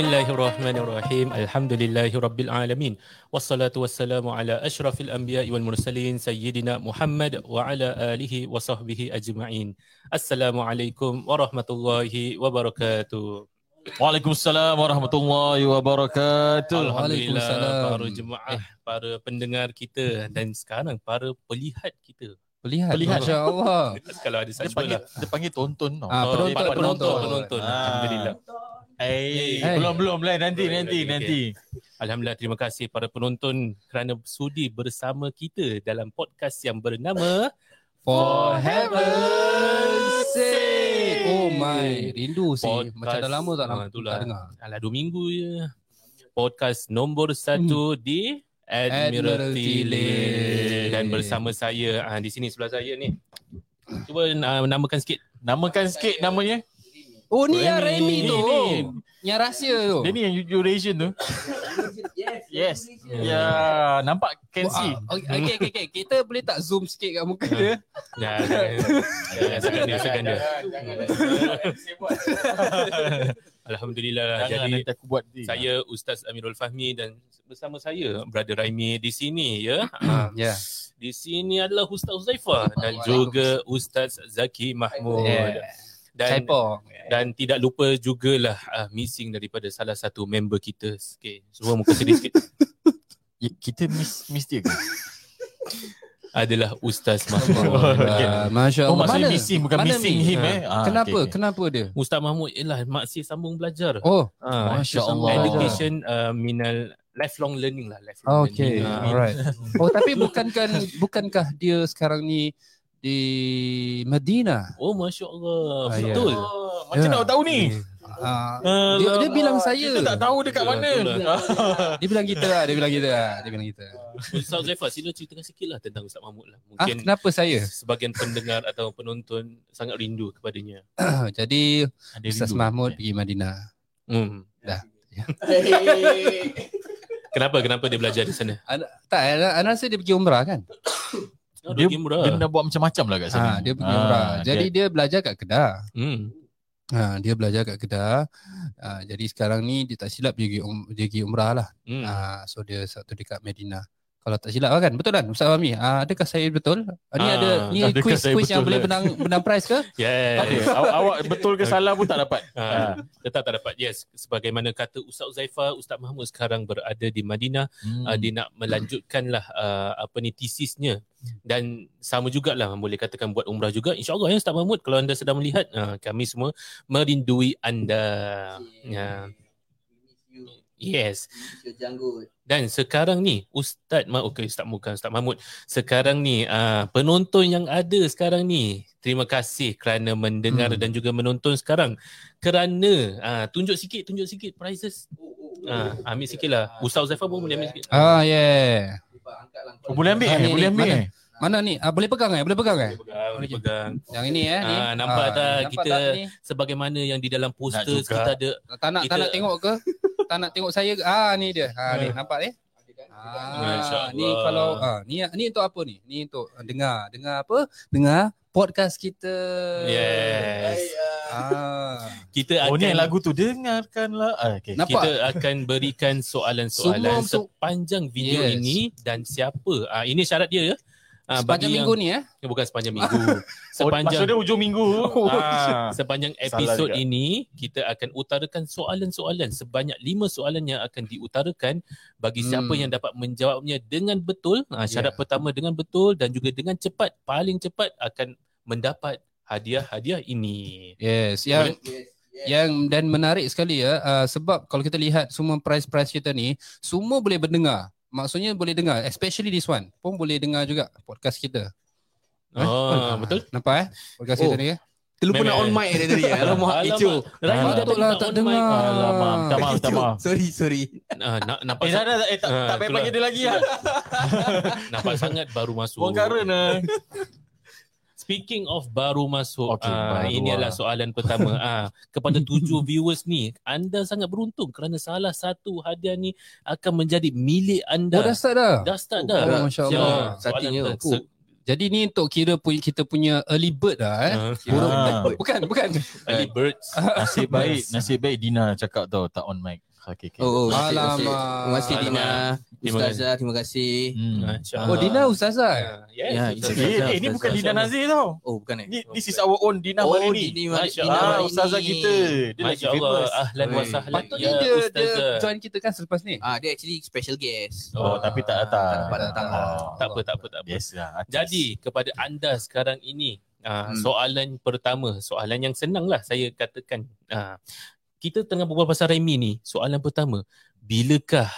Bismillahirrahmanirrahim. Alhamdulillahirabbil alamin. Wassalatu wassalamu ala asyrafil anbiya'i wal mursalin sayyidina Muhammad wa ala alihi wa sahbihi ajma'in. Assalamualaikum warahmatullahi wabarakatuh. Waalaikumsalam warahmatullahi wabarakatuh. Alhamdulillah Waalaikumsalam. para jemaah, para pendengar kita dan sekarang para pelihat kita. Pelihat. Pelihat. Masya Allah. Kalau ada Dia sexual panggil lah. Oh, dia panggil tonton tau. Ah, penonton, Dia panggil penonton. penonton. Ah. Alhamdulillah. Eh, Eh. belum belum lah nanti Belum, nanti lagi, nanti. Alhamdulillah terima kasih para penonton kerana sudi bersama kita dalam podcast yang bernama For heaven's sake. Oh my. Rindu sih. Podcast. Macam dah lama tak, Ah, lama, itulah. tak dengar. Alah dua minggu je. Podcast nombor satu hmm. di Admiralty Admiralty Lane. Lane. Dan bersama saya, ah, di sini sebelah saya ni. Cuba ah, namakan sikit. Namakan sikit namanya. Oh ni yang Remy. Remy tu. Remy. Yang rahsia tu. Dia ni yang duration tu. Yes. Ya, nampak can see. Ah, okay, okay, okay, okay. Kita boleh tak zoom sikit kat muka Ah. dia? Dah, jangan ya, segan dia, segan dia. Alhamdulillah. Jangan Jadi nanti aku buat ni. saya Ustaz Amirul Fahmi dan bersama saya Brother Raimi di sini ya. Ya. Di sini adalah Ustaz Uzaifa dan juga Ustaz Zaki Mahmud. Yeah. Dan Caipong. Dan tidak lupa jugalah uh, missing daripada salah satu member kita. Okay, semua muka sedih sikit. Ya, kita miss miss dia ke? Adalah Ustaz Mahmud. Okay. Ah, Masya Oh, Allah. maksudnya Mana? missing bukan Mana missing miss? him Ah. eh. Ah, Kenapa? okay, okay. Kenapa dia? Uh, Ustaz Mahmud ialah maksir sambung belajar. Oh, Ah, Masya Education Allah. education uh, minal lifelong learning lah. Lifelong learning. Okay, Ah, alright. Oh, tapi bukankan bukankah dia sekarang ni di Madinah? Oh, Masya Allah. Ah, ya. Betul. Uh, Ah, Macam Ya. nak tahu ni? Ah, Ah, dia, dia bilang Kita tak saya. tahu dekat Itulah, mana. itulah. Dia bilang kita lah, dia bilang kita lah, dia bilang kita. Ustaz Zaifa, sila ceritakan sikit lah tentang Ustaz Mahmud lah. Ah, Mungkin kenapa saya? sebagian pendengar atau penonton sangat rindu kepadanya. Ah, Jadi Ada Ustaz rindu. Mahmud pergi Madinah. Hmm. Dah. Kenapa? Kenapa dia belajar di sana? Tak, eh, Ana rasa dia pergi umrah kan? Oh, Dia- dia, murah. Dia nak buat macam-macam lah kat sana. Ha, dia pergi Ah, umrah. dia- Jadi dia belajar kat Kedah. hmm. Ha, dia belajar kat Kedah. Ha, jadi sekarang ni dia tak silap dia pergi, um, dia pergi umrah lah. Hmm. Ah, so dia satu dekat Medina. Kalau tak silap lah kan? Betul kan Ustaz Fahmi? Ah, adakah saya betul? Ah, ni Ah, ada ni adakah quiz saya quiz betul yang eh? boleh ke? menang menang prize ke? Tak ada. Yes. Awak- Awak betul ke salah pun tak dapat. Ha, tetap tak dapat. Yes, sebagaimana kata Ustaz Uzaifa, Ustaz Mahmud sekarang berada di Madinah, hmm. Ha, uh, dia nak melanjutkanlah uh, apa ni tesisnya dan sama jugalah boleh katakan buat umrah juga. Insya-Allah ya Ustaz Mahmud kalau anda sedang melihat uh, kami semua merindui anda. Ya. Yes. Dan sekarang ni Ustaz Ma okay, Ustaz Mukan Ustaz Mahmud Sekarang ni uh, penonton yang ada sekarang ni Terima kasih kerana mendengar hmm. Hmm. dan juga menonton sekarang Kerana uh, tunjuk sikit tunjuk sikit prizes uh, Ambil sikit lah Ustaz Zaifah pun boleh ambil sikit Ah, yeah. Oh, boleh ambil Ah, eh? ni, Boleh ni, ambil mana? eh? Mana ni? Ah, boleh pegang eh? Boleh pegang eh? Boleh pegang, boleh pegang. Yang ini eh ni. Ah, nampak tak nampak kita- tak ni? Sebagaimana yang di dalam poster Nak juga. kita ada Tak nak tak kita- Hmm. nak tengok ke? tak nak tengok saya ke? Ah, ni dia. Ah, ni nampak ni. Masya Ah, ni Allah. kalau ah, ni ni untuk apa ni? Ni untuk ah, dengar, dengar apa? Dengar podcast kita. Yes Ah. Kita Oh, akan ni yang lagu tu. Dengarkanlah. Ah, okay. Nampak? kita akan berikan soalan-soalan Semua untuk- sepanjang video Yes. ini dan siapa. Ah ini syarat dia ya. Ah Sepanjang bagi minggu yang, ni eh. ni bukan sepanjang minggu. Oh, sepanjang Maksudnya hujung minggu. Ah. sepanjang Salah episod juga. ini kita akan utarakan soalan-soalan sebanyak lima soalan yang akan diutarakan bagi Hmm. siapa yang dapat menjawabnya dengan betul. Ah syarat pertama dengan betul dan juga dengan cepat. Paling cepat akan mendapat hadiah-hadiah ini. Yes, yang yang dan menarik sekali ya uh, sebab kalau kita lihat semua prize-prize kita ni semua boleh mendengar. Maksudnya boleh dengar especially this one pun boleh dengar juga podcast kita. Oh, betul. Nampak eh? Oh. Podcast kita ni eh. Terlupa nak on mic dia tadi. Alamak, Alamak. Rahim dah Patutlah tadi tak on mic. dengar. Alamak. Minta maaf, minta maaf. Sorry, sorry. Ah, nak, nampak Eh, dah, dah, dah. Eh, tak, Ah, tak payah itulah. panggil dia lagi lah. Nampak sangat baru masuk. Buang karen lah. Speaking of baru masuk, okay, Okey, uh, baru ini adalah lah. soalan pertama. uh, kepada tujuh viewers ni, anda sangat beruntung kerana salah satu hadiah ni akan menjadi milik Dah, oh, dah anda. start dah. dah start dah. Oh, Masya Allah. Soalan Starting je. ter- se- Jadi ni untuk kira punya kita punya early bird lah eh. Ah, Burung Ah. early bird. bukan bukan. Early birds. Ah, Nasib baik, nasib baik Dina cakap tau tak on mic. Okay, okay. Oh, oh Alamak. Terima kasih Dina. Terima Ustazah, terima kasih. Ah, Hmm. insyaAllah. Oh Dina ustazah. eh? Ah, Yes. Ya, Ustazah. insya- Eh, eh, ni bukan Dina Nazir tau. Oh, bukan eh? Ni, this is our own Dina Oh, Marini. Dina Marini. Masya Dina Allah, Ah, Marini. ustazah kita. Dia lagi Masya Allah. famous. Ahlan wa Oi. sahlan. Patutnya Ya, dia dia Ustazah. join kita kan selepas ni. Ah, dia actually special guest. Oh, tapi tak datang. Ah, Tak dapat datang lah. Oh, Tak apa, tak apa, tak apa. Yes lah. artis. Jadi kepada anda sekarang ini uh, Hmm. soalan pertama, soalan yang senang lah saya katakan. Uh, kita tengah berbual pasal Remy ni, soalan pertama, bilakah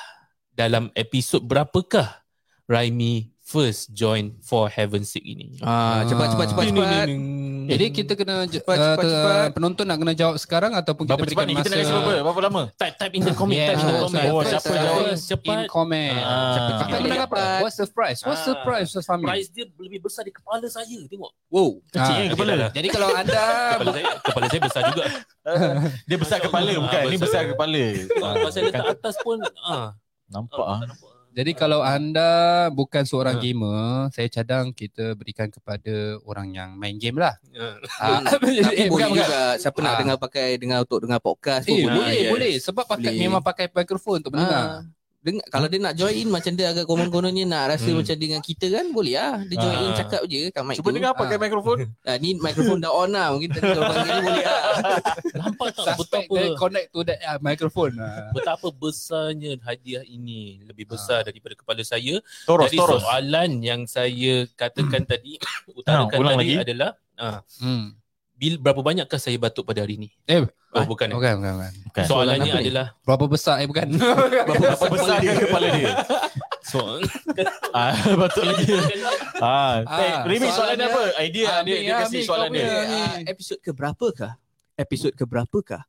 dalam episod berapakah Raimi first join For Heaven's Sake ini? Ah, cepat cepat cepat Ding, ding, cepat. ding, ding. Jadi kita kena j- Cepat, cepat, uh, ter- cepat. penonton nak kena jawab sekarang ataupun kita Berapa cepat berikan ni? Kita nak masa. kasi berapa? Berapa lama? type type in the comment, Yeah, type in the so comment. yang Oh, first siapa lah. jawab? First, In cepat. comment. Ah. Kakak Kita menang apa? dapat. What's the prize? What's the Ah. prize Ustaz Fahmi? Prize dia lebih besar di kepala saya. Tengok. Wow. Kecil Ah, kan kepala? dah. Jadi kalau anda Eh, Kepala saya, kepala saya besar juga. Dia besar kepala bukan? Ah, Ni besar. besar kepala. Ah, Kalau saya letak bukan- atas pun ah. Nampak ah. tak nampak. Jadi kalau anda bukan Ha. seorang gamer, saya cadang kita berikan kepada orang yang main game lah. Ah. Ah, Tapi eh, boleh bukan, bukan. juga siapa nak Ah. dengar pakai dengar untuk dengar podcast pun Eh, boleh. boleh, Yes. boleh. Sebab pakai Boleh. memang pakai mikrofon untuk Ah. mendengar. Dengar, kalau dia nak join macam dia agak konon-konon ni nak rasa Hmm. macam dengan kita kan boleh ah. Dia join Ah. cakap je kat mic Cuba tu. dengar pakai Ah. mikrofon. Ah, ni mikrofon dah on lah. Mungkin tadi kalau panggil ni boleh ah. Nampak tak Suspect betapa dia connect to that uh, microphone. Ah. betapa besarnya hadiah ini lebih besar daripada kepala saya. Toros, Jadi toros. soalan yang saya katakan tadi utarakan Ha, ulang tadi lagi. adalah ah, Hmm. bil, berapa banyakkah saya batuk pada hari ini? Eh, oh bukan. eh. Bukan, bukan, bukan. bukan. Soalannya Soalan apa ni? adalah Berapa besar eh bukan. Berapa besar dia kepala dia? soal Ah, batuk lagi. Ah, Ah, Remy soalan soalannya- dia apa? Idea Ah, dia Amir, dia kasi Amir, soalan kau dia. boleh. Ah, episod ke berapakah? Episod ke berapakah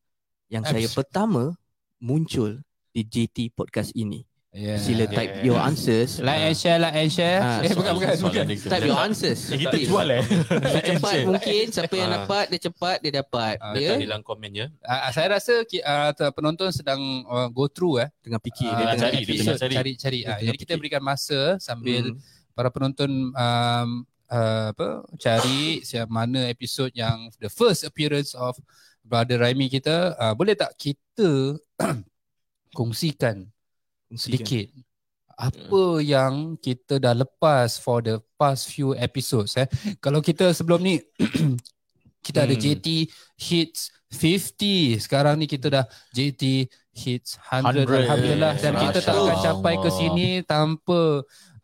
yang saya Episod- pertama muncul di JT podcast ini? yeah. Sila type your answers. Like and share, like and share. Ah, eh, bukan, bukan. bukan. Soalan dia. Type your answers. Eh, kita jual eh. Cepat mungkin siapa yang Ah. dapat dia cepat dia dapat. Ah, Ya. letak di dalam komen ya. Ah, saya rasa ki- ah, ter- penonton sedang ah, go through eh. Tengah fikir Ah, dia tengah cari, dia fikir. tengah cari. cari, cari. Ah, tengah jadi kita fikir. berikan masa sambil Hmm. para penonton um, uh, apa cari siap mana episod yang the first appearance of brother Raimi kita uh, boleh tak kita kongsikan sedikit apa Hmm. yang kita dah lepas for the past few episodes eh kalau kita sebelum ni kita ada Hmm. JT hits 50 sekarang ni kita dah JT hits 100, 100. alhamdulillah dan kita tak akan Masya capai ke Allah. sini tanpa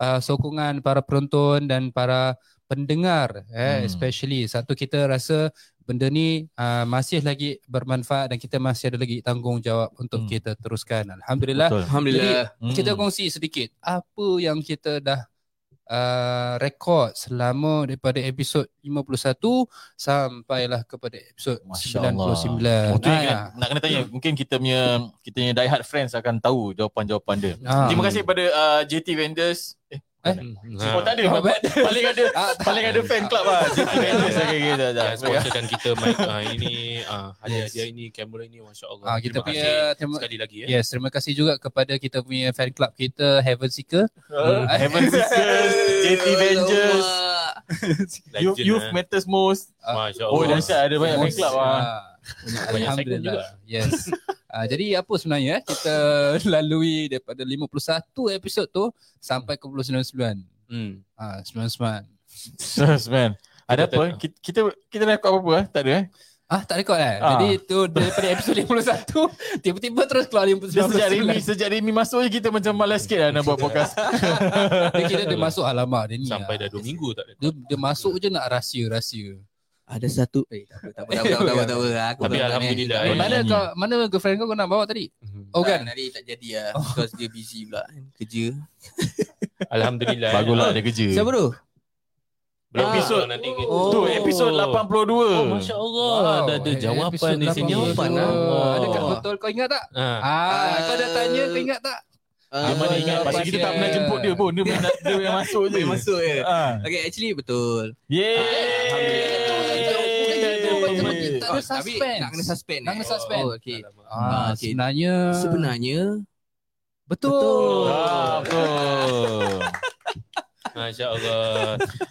uh, sokongan para penonton dan para pendengar Hmm. eh especially satu kita rasa benda ni uh, masih lagi bermanfaat dan kita masih ada lagi tanggungjawab untuk Hmm. kita teruskan alhamdulillah Betul. Alhamdulillah. Hmm. kita kongsi sedikit apa yang kita dah uh, rekod selama daripada episod 51 sampailah kepada episod Masya 99. Allah. Oh, Mungkin Ah, kena, nak kena tanya, mungkin kita punya kita punya die hard friends akan tahu jawapan-jawapan dia. ah. Terima kasih pada uh, JT Vendors. Eh, Ha. oh, tak ada. Ah, Bapa- Paling ada Ah, tak. paling ada fan club lah. JT Vendors. Okay, okay, dah, dah. Yang sponsorkan kita mic ah, ini ah, hadiah-hadiah ini kamera ini masya-Allah. Ah, kita Terima punya kasih terima, sekali lagi ya. Yes, terima kasih juga kepada kita punya fan club kita Heaven Seeker. Hmm, Uh, Heaven Sisters, JT Vendors, Legend, Youth, Youth eh. Matters Most. Masya-Allah. Oh, dahsyat ada banyak fan Most- club ah. ah. Banyak segmen juga. lah. Alhamdulillah. Yes. Ah, jadi apa sebenarnya eh? kita lalui daripada 51 episod tu sampai ke 99. Hmm. Ah, 99. Sus, man. Ada Kita apa? Kita kita, kita nak buat apa-apa eh? Tak ada eh? Ah tak rekod eh. Ah. Jadi tu daripada episod 51 tiba-tiba terus keluar Dia sejak 59. Remy, sejak Remy masuk je kita macam malas sikit lah nak buat podcast. Dia kira dia masuk alamak dia ni. Sampai ah. dah 2 minggu tak ada. dia, dia masuk je nak rahsia-rahsia. Ada satu eh tak apa tak apa tak apa, tak apa, tak apa. Aku Tapi tak apa, Alhamdulillah, tak apa. eh. Mana nyanyi. kau mana girlfriend kau kau nak bawa tadi? Oh Tak, kan. Hari tak jadi lah Because dia busy pula kan, Kerja Alhamdulillah. Baguslah ada kerja. Siapa tu? Belum Ah. episod nanti kita. Oh. Tu episod 82. Oh, Masya Allah. Wow, Dah ada eh, jawapan episod di sini. 82. Jawapan, ah. Wow. Ada kat botol kau ingat tak? Ha. Ah, kau dah tanya kau ingat tak? Dia mana Ah, ingat pasal jawapan kita dia. tak pernah jemput dia pun. Dia main, dia main masuk je. Boleh masuk je Ah. Okay actually betul Yeay. eh. Alhamdulillah. Tak ada Oh, tapi suspense. Nak kena suspend Nak kena eh? suspend. Oh okay Ah, Ah, okay. sebenarnya Sebenarnya betul. Betul. Ah, betul. Ah, InsyaAllah.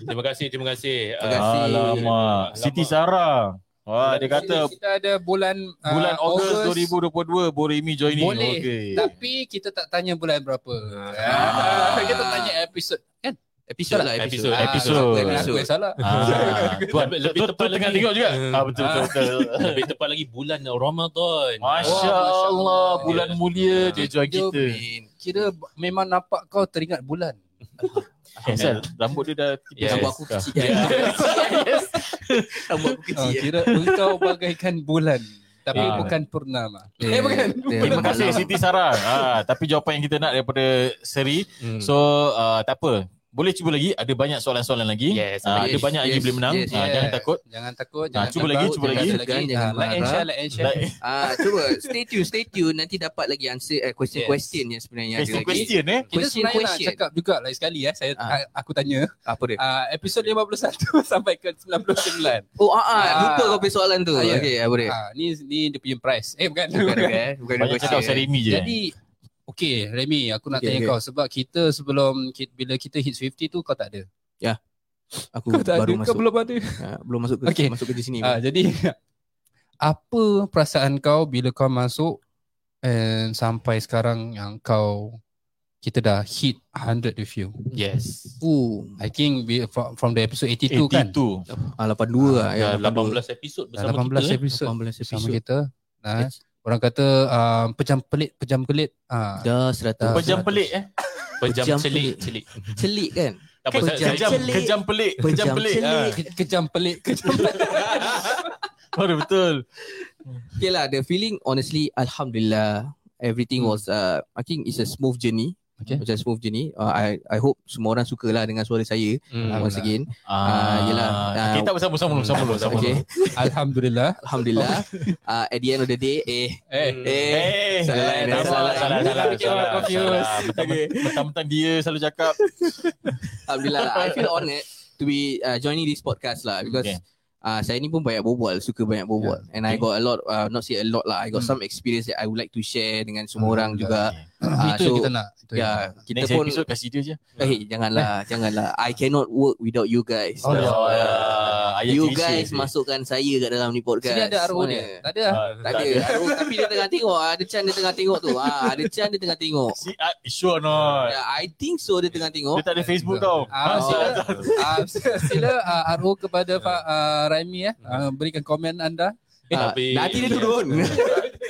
terima kasih, terima kasih. Terima kasih. Alamak. Siti Sarah. Wah, Ah, dia kata kita ada bulan ah, bulan Ogos 2022 Borimi joining. Boleh. Okey. Tapi kita tak tanya bulan berapa. Ah. Ah, kita tanya episod kan? Episod Episod lah. lah episod. Episod, Ah, episod. Aku aku yang salah. Ah, tuan, Lebih- lebih tu, tu, tu tepat tengah lagi. tengok juga. Hmm. Ah, betul, betul, betul. Lebih tepat lagi bulan Ramadan. Masya Wah, Masya Allah, Allah. bulan mulia dia join Jom, kita. Min. Kira b- memang nampak kau teringat bulan. Asal Eh, rambut dia dah Yes. Rambut aku kecil kan. Rambut aku Ah, kecil kan. kira engkau bagaikan bulan. Tapi Ah. bukan purnama. Eh, bukan. Terima kasih Siti Sarah. Ah, tapi jawapan yang kita nak daripada Seri. Hmm. So, ah, tak apa. Boleh cuba lagi. Ada banyak soalan-soalan lagi. Yes, Ah, ada yes, banyak lagi yes, boleh menang. yes, Ah, yes. Jangan takut. Jangan takut, Ah, jangan cuba takut, lagi, cuba jangan lagi. segan, Jangan Ah, Like and marah. share, like and share. Like, Ah, cuba stay tune, stay tune. Nanti dapat lagi answer eh, question-question yang sebenarnya ada question, lagi. question eh. Kita Question, sebenarnya nak question. cakap juga lain sekali eh. Saya Ah. aku tanya Apa dia? uh, episod 51 sampai ke 99. Oh, ah, ah, Ah. lupa kau punya soalan tu. Ah, ya. Okey, apa dia? Ah, ni ni dia punya price. Eh bukan. bukan. Bukan bukan, bukan eh. Banyak question. cakap pasal Remy je. eh. eh? Jadi Okay Remy aku nak Okay, tanya okay. kau sebab kita sebelum ki- bila kita hit 50 tu kau tak ada. Aku baru masuk. belum ada. Ah, belum masuk ke Okey. masuk kerja sini. Ah, jadi apa perasaan kau bila kau masuk and sampai sekarang yang kau kita dah hit 100 with you. Yes. Uh, I think we, from, from the episode 82, Eh, 82. kan. 82. ah, 82 lah. Ya, Ya, 82. 18 episod Dah bersama 18 kita. eh. episod 18 bersama episod. kita. eh. Nah, orang kata uh, pejam pelit pejam pelit. Ah, Dah 100. Pejam pelik eh. Pejam, Pejam celik, pelik. celik. Celik kan? Tak apa, saya, Pejam saya, Kejam, celik. kejam pelik. Kejam Pejam pelik. celik. Ah, Ke- kejam pelik kejam pelik. Baru betul. Okay lah, the feeling honestly, Alhamdulillah, everything was, uh, I think it's a smooth journey. Okay. Macam smooth journey. Uh, I I hope semua orang suka lah dengan suara saya. Hmm. Once again. Ah, yelah. Ah, Kita bersama sama dulu, sama dulu, sama dulu. Okay. Alhamdulillah. Alhamdulillah. Uh, at the end of the day, eh. Eh, Eh. Eh, Salah, eh, salah, salah, salah, salah, salah, salah, salah, confused. salah. Mentang-mentang- Mentang-mentang dia selalu cakap. Alhamdulillah lah. I feel honored to be uh, joining this podcast lah because Okay. uh, saya ni pun banyak berbual, suka banyak berbual. And I Okay. got a lot, uh, not say a lot lah, I got Hmm. some experience that I would like to share dengan semua orang juga. Ah, itu yang so- kita nak. Itu Ya, yang yeah, kita nak. kita "Eh, Next pun, episode kasih dia je. eh janganlah, janganlah. I cannot work without you guys. Oh, ya. Ah, ayat You cliche guys tu. masukkan saya kat dalam ni podcast. Sini ada arwah dia. Tak ada. Ah, Tak ada. Arwah, tapi dia tengah tengok. Ah, Ada Chan dia tengah tengok tu. Ah, ada Chan dia tengah tengok. Si, ah, sure or not? Yeah, I think so dia tengah tengok. Dia tak ada Facebook tau. Ah, Ah, sila, tak- tak- ah, sila ah, arwah kepada Pak ah, Raimi ya. Ah, berikan komen anda. Ah, Tapi- nanti dia turun.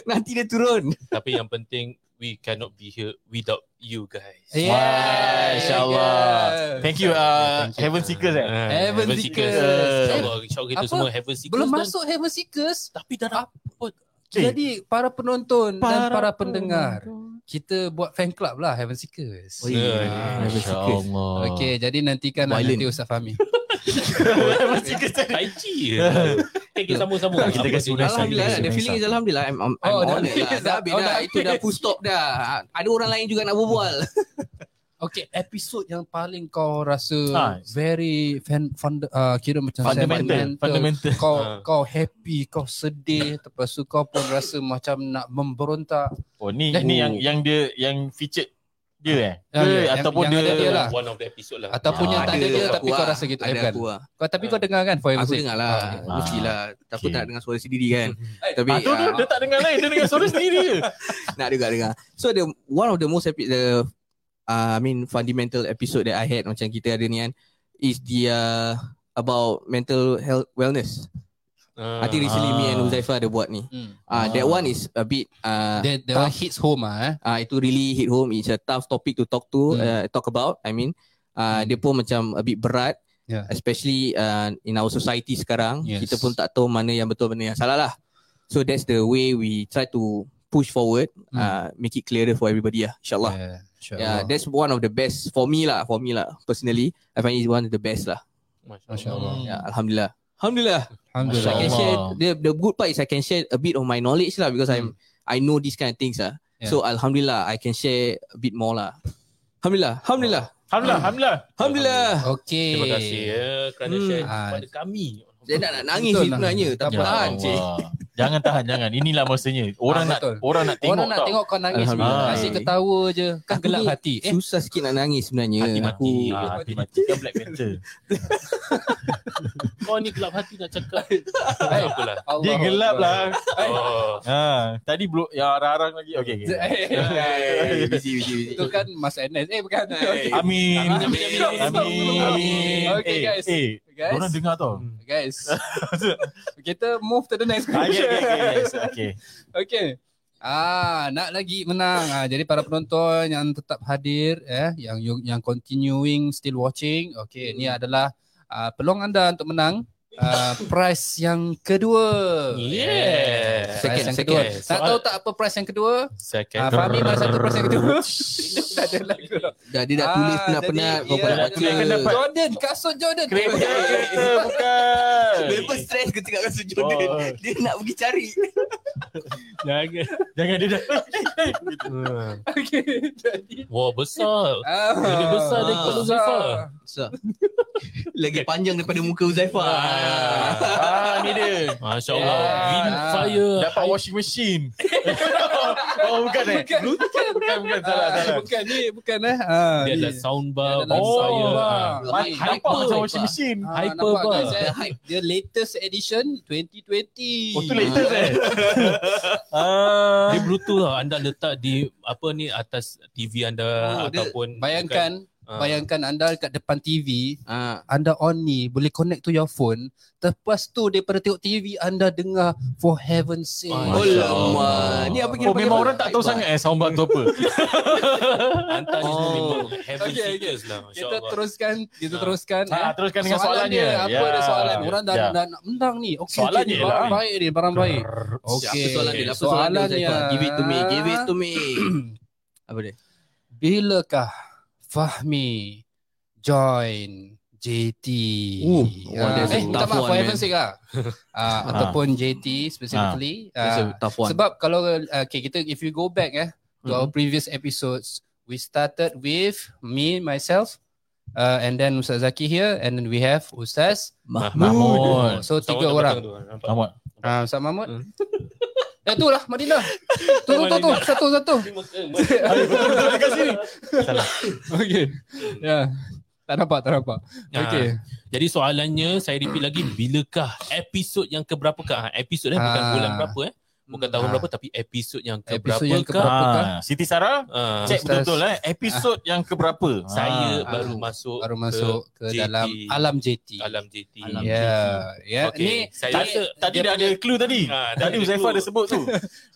nanti dia turun. Tapi yang penting, we cannot be here without you guys. Eh, Masya-Allah. Thank you, uh, Thank you. Heaven Seekers eh. Ah, Heaven Seekers. InsyaAllah, insyaAllah kita Eh, Apa? semua Heaven Seekers. Belum dan- masuk Heaven Seekers. Tapi dah nak Jadi para penonton dan para pendengar, kita buat fan club lah Heaven Seekers. Oh, ya. Ah, Heaven Seekers. Masya-Allah. Okey, jadi nantikan lah Violent. nanti Ustaz Fahmi. Heaven Seekers. IG je. Eh, Eh, Kita sama-sama. Kita kasi Apa- Nice, Alhamdulillah nice, the nice, feeling nice. is Alhamdulillah I'm, I'm, I'm Oh, dah on it lah habis. Dah habis Oh, dah dah Itu dah full stop dah Ada orang lain juga nak berbual Okay, episod yang paling kau rasa Ah. very fan, fund, uh, kira macam Fundamental, fundamental. Kau Ah. kau happy, kau sedih, lepas tu kau pun rasa macam nak memberontak. Oh ni Dan- ni yang yang dia yang featured dia eh. Ah. Yang- Ke yang- ataupun yang ada dia dia lah. One of the episode lah. Ataupun yang tak ada dia, Ya, aku tapi kau rasa gitu, eh, Ada bukan? aku lah Kau tapi kau dengar kan Forever Aku Sick? dengar lah Ah. Mestilah Takut Okay. tak dengar suara sendiri kan Tapi Ah, tu dia, ah, dia tak dengar lain, Oh, dia dengar suara sendiri je. Nak juga dengar So the One of the most epi- The uh, I mean fundamental episode That I had Macam kita ada ni kan Is the uh, About mental health wellness Ah. I think recently me and Ah. Huzaifah ada buat ni Hmm. uh, That Ah. one is a bit uh, That, that one hits home ah. Eh. Ah uh, itu really hit home. It's a tough topic to talk Hmm. to, uh, talk about. I mean, uh, dia pun macam a bit berat, Yeah. especially uh, in our society sekarang. Ya. Yes. Kita pun tak tahu mana yang betul mana yang salah lah. So that's the way we try to push forward, Hmm. uh, make it clearer for everybody lah. Insyaallah. Yeah, Yeah, insyaAllah. that's one of the best for me lah. For me lah, personally, I find it's one of the best lah. Masya Masya-Allah. Allah. Yeah, alhamdulillah. Alhamdulillah. Alhamdulillah. I can Masya-Allah. share the the good part is I can share a bit of my knowledge lah because I'm I know these kind of things lah. Yeah. So alhamdulillah I can share a bit more lah. Alhamdulillah, alhamdulillah, Alhamdulillah, alhamdulillah. alhamdulillah. Okay. Terima eh. kasih ya kerana Hmm. share Ah. kepada kami. Saya nak, nak Betul nangis ni Ya lah. sebenarnya Tak tapi apa. tahan cik. Jangan tahan jangan. Inilah masanya. Orang Ah, nak betul. orang nak tengok Orang nak tau. tengok kau nangis Alhamdulillah. Asyik ketawa je Kan Aku gelap ni hati Eh Susah sikit nak nangis sebenarnya. Hati mati. Aku- Ah, hati mati kan Black Panther. Kau ni gelap hati nak cakap. Hai. Apalah. Allah Dia gelap Akbar. lah. Oh. Ha, tadi belum ya arang-arang lagi. Okey. okey. Eh, Busy, busy, busy. Itu kan masa NS Eh bukan Hey. Amin. Amin, amin, amin. Amin. Amin. Okay, eh, guys. Eh, Guys. Hmm. orang dengar tau. Guys Kita move to the next Okay, question okay, okay, yes. okay. Okay. Ah, nak lagi menang. Ah, jadi para penonton yang tetap hadir eh yang yang continuing still watching. Okay, ni adalah ah, peluang anda untuk menang ah, prize yang kedua. Yeah. Prize Second, yang second. kedua. Okay, Nak soal- tahu tak apa prize yang kedua? Second. Ah, Fahmi baru satu prize yang kedua. tak ada lagu. dah. Dah dia dah tulis Ah, penat-penat jadi, kau yeah, pernah baca. dia akan dapat. Jordan, kasut Jordan. Kereta, kereta bukan. Memang stres aku cakap dengan Jordan. Oh. Dia nak pergi cari. Jangan. Jangan dia dah. Okay, jadi. Wah, besar. Ah, Lebih besar daripada Zafar. So, lagi panjang daripada muka Uzaifah. ah, ni dia. Masya Allah. Yeah. Wind Ah. fire. Dapat washing machine. oh, bukan eh. Bukan, Bukan, bukan. Salah, Ah, salah. bukan ni, bukan eh. Ah, Dia ni. adalah soundbar. Dia adalah Wind Oh, fire. ah. Ah. Mat- Hyper. Nampak macam washing machine. Ah, Hyper nampak bar. guys, eh? Dia latest edition 2020. Oh, tu latest eh. Ah. Dia brutal lah. Anda letak di apa ni atas TV anda Oh, dia- ataupun Bayangkan, Ah. bayangkan anda dekat depan TV, Ah. anda on ni boleh connect to your phone. Lepas tu daripada tengok TV anda dengar for heaven's sake. Oh, Oh Masya lama. Allah. Ni apa kira Oh, memang orang tak tahu sangat eh soundbar tu apa. Hantar ni Oh. oh. memang heaven Okay, okay, okay. seekers lah. Masya Kita Allah. teruskan, kita Ah. teruskan. Ha, eh. teruskan dengan soalannya. dia, apa Ya. dia soalan? Orang dah, Ya. dah nak mendang ni. Okey, Soalan okey, ni dia barang lah. baik ni, barang baik. Okey. Apa soalan dia? Apa soalan dia? Soalannya- Uzaifah? Give it to me. Give it to me. apa dia? Bilakah Fahmi join JT? Oh, wah, Ah, that's a eh, minta tough maaf one, for man. heaven's sake lah. Ah, ataupun JT specifically. That's a Ah, tough one. sebab kalau ah, okay kita if you go back eh to Mhm. our previous episodes, we started with me myself uh, and then Ustaz Zaki here and then we have Ustaz. Mahmud. So Ustaz tiga Wan orang. datang tu, nampak? Mahmud. Ah, Ustaz Mahmud. Hmm. Eh tu lah Madinah. Tu tu tu, tu satu satu. Terima Betul dekat sini. Okay. Ya. Tak nampak, tak nampak. Ah. Okay. Jadi soalannya saya repeat lagi bilakah episod yang keberapa kah? Episod eh bukan Ah. bulan berapa eh? Bukan tahun Ah. berapa tapi episod yang keberapa Episod yang keberapa. kah? Apakah? Ah, Siti Sarah, Ah, cek betul-betul eh. Episod yang keberapa? saya Ah. baru Ah. masuk baru masuk ke, JT. dalam alam JT. alam JT. Ya. Alam Ya, Okay. ni saya Tadi, rasa tadi dia dah ada punya- clue tadi. Ah, dah Tadi ada Uzaifah clue. ada sebut tu.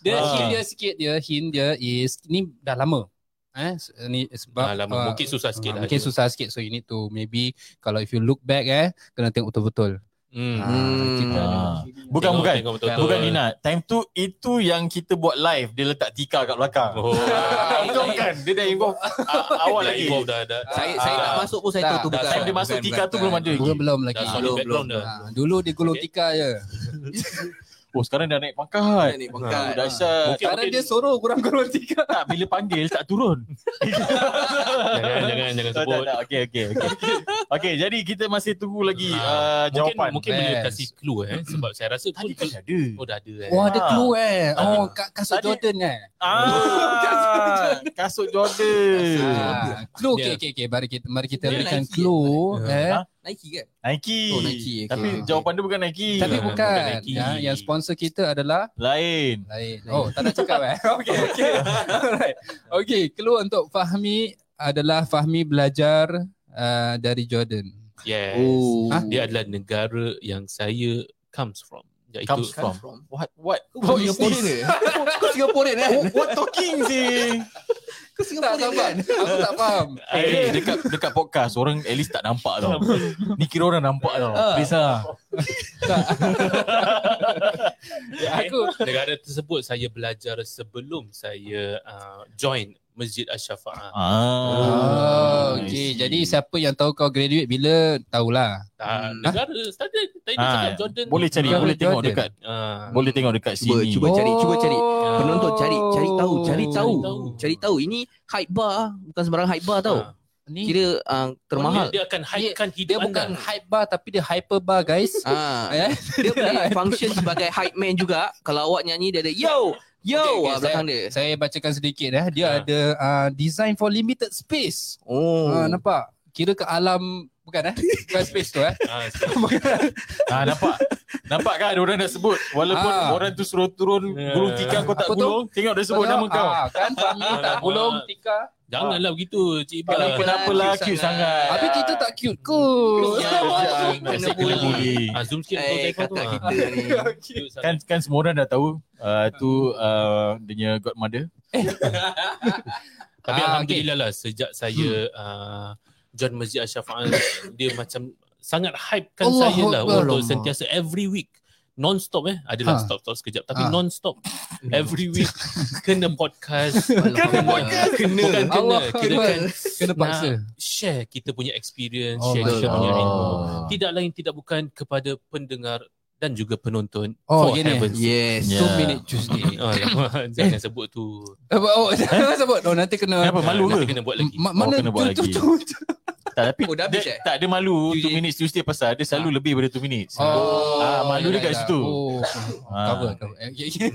dia Ah. hint dia sikit dia hint dia is ni dah lama. Eh s- ni sebab Ah, lama. ah, mungkin susah sikit ah, lah. Mungkin susah sikit so you need to maybe kalau if you look back eh kena tengok betul-betul. Hmm. Ah, kita ada. Ah. Bukan, Tengok, bukan. tengok betul-betul. Bukan Nina. Time tu, itu yang kita buat live. Dia letak tikar kat belakang. Oh. Ah, Itu bukan. Dia dah involve ah, awal Dah lagi. involved dah dah. Saya saya Ah. tak masuk pun saya Tak, tahu tu tak, bukan. Time dia masuk Bukan, tikar tu bukan. belum ada lagi. Belum belum lagi. Dah Ah, solid belum, background belum. dah. Ah, dulu dia gulung Okay. tikar je. Oh sekarang dah naik pangkat. Ni Ah, pangkat. Dahsyat. Mungkin- Sekarang mungkin- dia suruh kurang gulung tikar. Tak bila panggil tak turun. Jangan jangan jangan Tak, tak, sebut. tak. Okey, okey, okey. Okey, jadi kita masih tunggu lagi uh, Mungkin jawapan. mungkin boleh Best. kasih clue eh sebab saya rasa Tadi pun kan ada. oh dah ada eh. Wah, ada Ah. clue eh. Oh, Ah. kat kasut Tadi- Jordan eh. Ah, kasut Jordan. Ah, clue okey Dia- okey okey mari kita mari kita Dia berikan Nike. clue eh. Ha? Nike kan? Nike. Oh, Nike, okey. Tapi Okey. jawapan dia bukan Nike. Ah. Tapi Bukan bukan. Nike. Ya, yang sponsor kita adalah Lain. lain. Lain. Oh, tak nak cakap eh. Okey okey. Alright. Okey, clue untuk Fahmi adalah Fahmi belajar uh, dari Jordan. Yes. Oh. Ah, Dia adalah negara yang saya comes from. Iaitu Comes comes from. from. What? What? Kau Singaporean ke? Kau Singaporean kan? What, what talking sih? Kau Oh, Tak Singaporean sabar. kan? Aku tak faham. Eh, dekat dekat podcast orang at least tak nampak tau. Ni kira orang nampak tau. Ah. Please lah. Aku negara tersebut saya belajar sebelum saya uh, join Masjid Asy-Syafaah. Oh, Ah. okey. Jadi siapa yang tahu kau graduate bila tahulah. Ah, Hmm. negara tadi tadi Ah, ah, cakap Jordan. Boleh cari, Ah, boleh tengok Jordan. dekat Ah. boleh tengok dekat Cuba, sini. cuba. cari, cuba cari. Oh. Penonton cari, cari tahu, cari tahu. tahu. Cari tahu ini hype bar ah. bukan sembarang hype bar tau. Ah. ni Kira uh, termahal. Dia, dia akan hypekan hidup dia anda. bukan hype bar tapi dia hyper bar guys. Ah, Eh, dia boleh function sebagai hype man juga. Kalau awak nyanyi dia ada yo Okay, okay, yo okay, belakang dia. Saya bacakan sedikit eh. Ha. Dia ada uh, design for limited space. Oh. Hmm. Uh, nampak? Kira ke alam bukan eh? Bukan space tu eh. Ah, so, Ah nampak. Nampak kan ada orang dah sebut walaupun Ah. orang tu suruh turun Ya. gulung tikar kau tak Apa tu? gulung, tengok dia sebut nama kau. Ah, kan Fahmi tak gulung tika. janganlah begitu Cik Iqbal. Kenapa kenapa lah Cute cute sangat. sangat. Habis kita tak cute kot. Ya, Asyik kena kena bully. Ah, zoom sikit kau Eh, Zaifah tu. kata Ah. kita ni. Cute sangat. kan kan semua orang dah tahu uh, tu uh, dia punya godmother. Tapi Ah, alhamdulillah lah sejak saya uh, John Masjid Asy-Syafaat dia macam sangat hypekan Allah saya lah Akbar. untuk Allah. sentiasa every week non-stop eh adalah Ha. stop-stop sekejap tapi Ha. non-stop every week kena podcast Kena podcast kena bukan kena Allah kira Akbar. kan Kena paksa. share kita punya experience Oh share my kita punya Ah. God. info tidak lain tidak bukan kepada pendengar dan juga penonton Eh, oh, Oh, for gini. heaven's sake. Yes. Ya. Two minute Tuesday. Alamak, jangan sebut tu Eh, Apa oh, jangan sebut. Oh nanti kena Kenapa malu Nanti ke? kena buat lagi Ma- Oh, mana kena buat tu, tu, lagi. tu, tu. Tak tapi Oh, dah habis, dia, eh? tak dia malu 2 Tuesday. minutes Tuesday pasal dia selalu lebih daripada 2 minutes. Oh, Ah, malu dia yelah, kat yelah. situ. Oh, Ah. cover, cover. Okay, okay.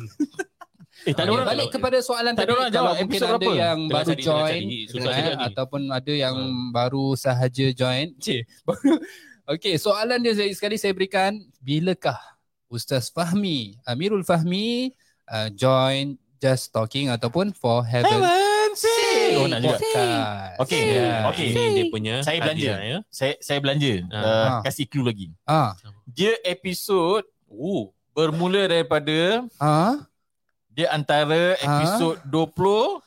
Eh tak ada Okay, orang balik kepada soalan tak ada tadi orang kalau jawab mungkin episode ada berapa? yang Tengah baru cari, tengah join cari. Susah eh, cakap ni ataupun ada yang baru sahaja join. Cik, Okey, soalan dia saya- sekali saya berikan, bilakah Ustaz Fahmi, Amirul Fahmi uh, join Just Talking ataupun For Heaven Oh nak juga. Podcast? Okey, Yeah. okey. Ini dia punya Saya belanja. hadiah, ya. Saya saya belanja. Ah. Uh, Ah. kasih clue lagi. Ah, Dia episod Oh, bermula daripada ah, dia antara episod 20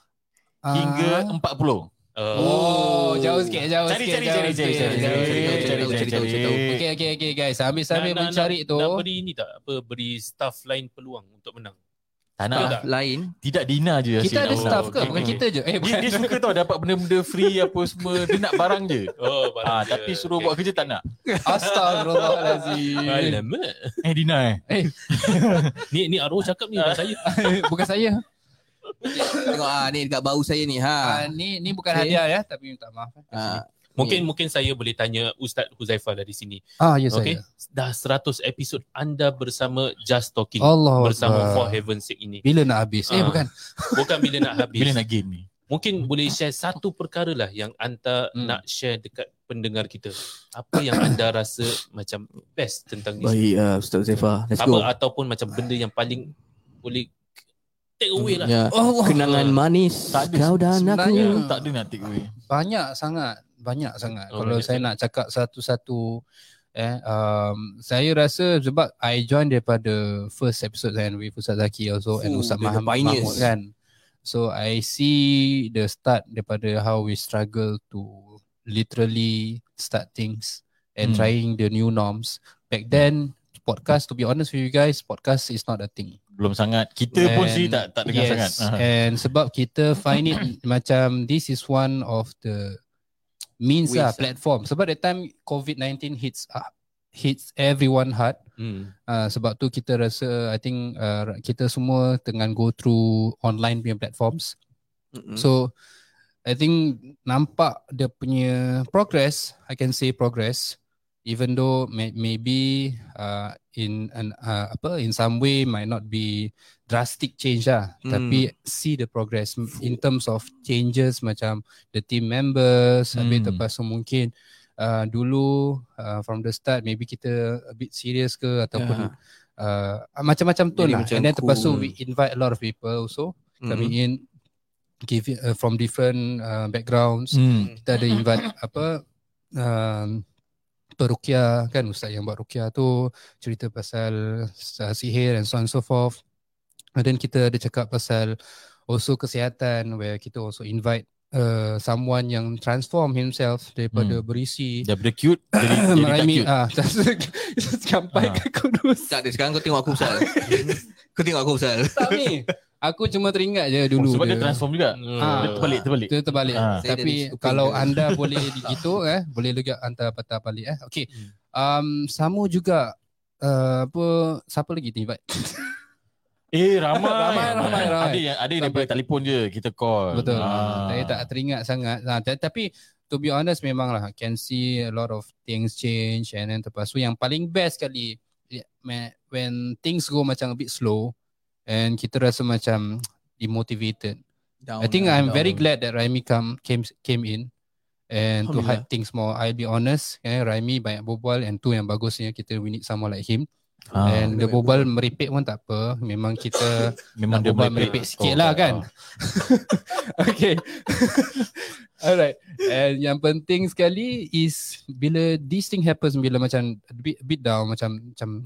ah. hingga 40. uh, Oh, jauh sikit, jauh Cari, sikit. cari, jauh cari, cari, sikit, cari, cari, jauh sikit. cari, cari, Cerita, cari. cerita. Okey, okey, okey guys. Sambil sambil nak- mencari nak, tu. Nak beri ni tak apa beri staff lain peluang untuk menang. Tak nak. Betul lah. tak? Lain. Tidak Dina je Kita hasil ada nak staff orang. ke? Bukan kita je. Eh, Dia, bukan. dia suka tau dapat benda-benda free apa semua. Dia nak barang je. Oh, barang Ah, dia. tapi ya, suruh Okay. buat kerja tak nak. Astagfirullahalazim. Alamak. Eh Dina eh. Ni ni Arul cakap ni Ah. bukan saya. bukan saya. Tengok ah ni dekat bahu saya ni. Ah, Ha. ni ni bukan Okay. hadiah ya, tapi minta maaf. Ah, Mungkin mungkin saya boleh tanya Ustaz Huzaifah dari sini. Ah, ya Okey. Dah 100 episod anda bersama Just Talking Allah bersama Akbar. For Heaven's Sake ini. Bila nak habis? Eh, Ah. bukan. Bukan bila nak habis. Bila nak game ni? Mungkin boleh share satu perkara lah yang anda Hmm. nak share dekat pendengar kita. Apa yang anda rasa macam best tentang ni? Baik ah Ustaz Zefa. Let's Apa go. Ah, ataupun macam benda yang paling boleh take away lah. Ya. Allah. Kenangan manis Tak ada. kau Oh. dan Sebenarnya, aku. Hmm. Tak ada nak take away. Banyak sangat, banyak sangat. Oh, Kalau banyak saya sangat. nak cakap satu-satu eh um, saya rasa sebab I join daripada first episode saya with Ustaz Zaki also and Fuh, Ustaz the- the Maham- pioneers. Mahmud kan. So I see the start daripada how we struggle to literally start things and Hmm. trying the new norms. Back then podcast to be honest with you guys podcast is not a thing. Belum sangat. Kita pun And- sendiri tak tak dengar yes, sangat. Ah. And sebab kita find it macam this is one of the means ah. lah Ways. platform. Sebab that time COVID-19 hits up, hits everyone hard. Hmm. Uh, sebab tu kita rasa I think uh, kita semua tengah go through online punya platforms. Mm-mm. So I think nampak dia punya progress, I can say progress even though may, maybe uh, in an uh, apa in some way might not be drastic change lah Hmm. tapi see the progress m- in terms of changes macam the team members hmm. habis Hmm. lepas tu mungkin uh, dulu uh, from the start maybe kita a bit serious ke ataupun Ya. uh, macam-macam tu Jadi lah macam and then lepas tu cool. we invite a lot of people also Mm-mm. coming in give it, uh, from different uh, backgrounds Hmm. kita ada invite apa um, perukia kan ustaz yang buat rukia tu cerita pasal uh, sihir and so on and so forth and then kita ada cakap pasal also kesihatan where kita also invite uh, someone yang transform himself daripada Hmm. berisi Daripada cute jadi, jadi tak Meraimi cute. ah sampai Ah. ke kudus Tak ada sekarang kau tengok aku besar. kau tengok aku besar. tak ni aku cuma teringat je Oh, dulu sebab dia transform juga. Hmm. Ah. Dia terbalik, terbalik. Itu terbalik. Ah. Saya dari Tapi Scooping kalau ke? anda boleh begitu eh, boleh juga hantar patah balik eh. Okey. Um sama juga uh, apa siapa lagi ni invite? Eh ramai. Ramai, ramai, ramai. Ada yang ada yang Sampai- daripada telefon je kita call. Betul. Ah. Saya tak teringat sangat. Ha, tapi to be honest memang lah can see a lot of things change and then lepas tu yang paling best sekali yeah, ma- when things go macam a bit slow and kita rasa macam demotivated. Down, I think lah, I'm down. very glad that Raimi come came came in and to Alhamdulillah. hide things more. I'll be honest, eh, Raimi banyak berbual and tu yang bagusnya kita we need someone like him. Ah, and dia dia banyak berbual meripik pun tak apa. Memang kita memang nak berbual meripik sikit lah kan. okay. Alright. And yang penting sekali is bila this thing happens bila macam a bit, a bit down macam macam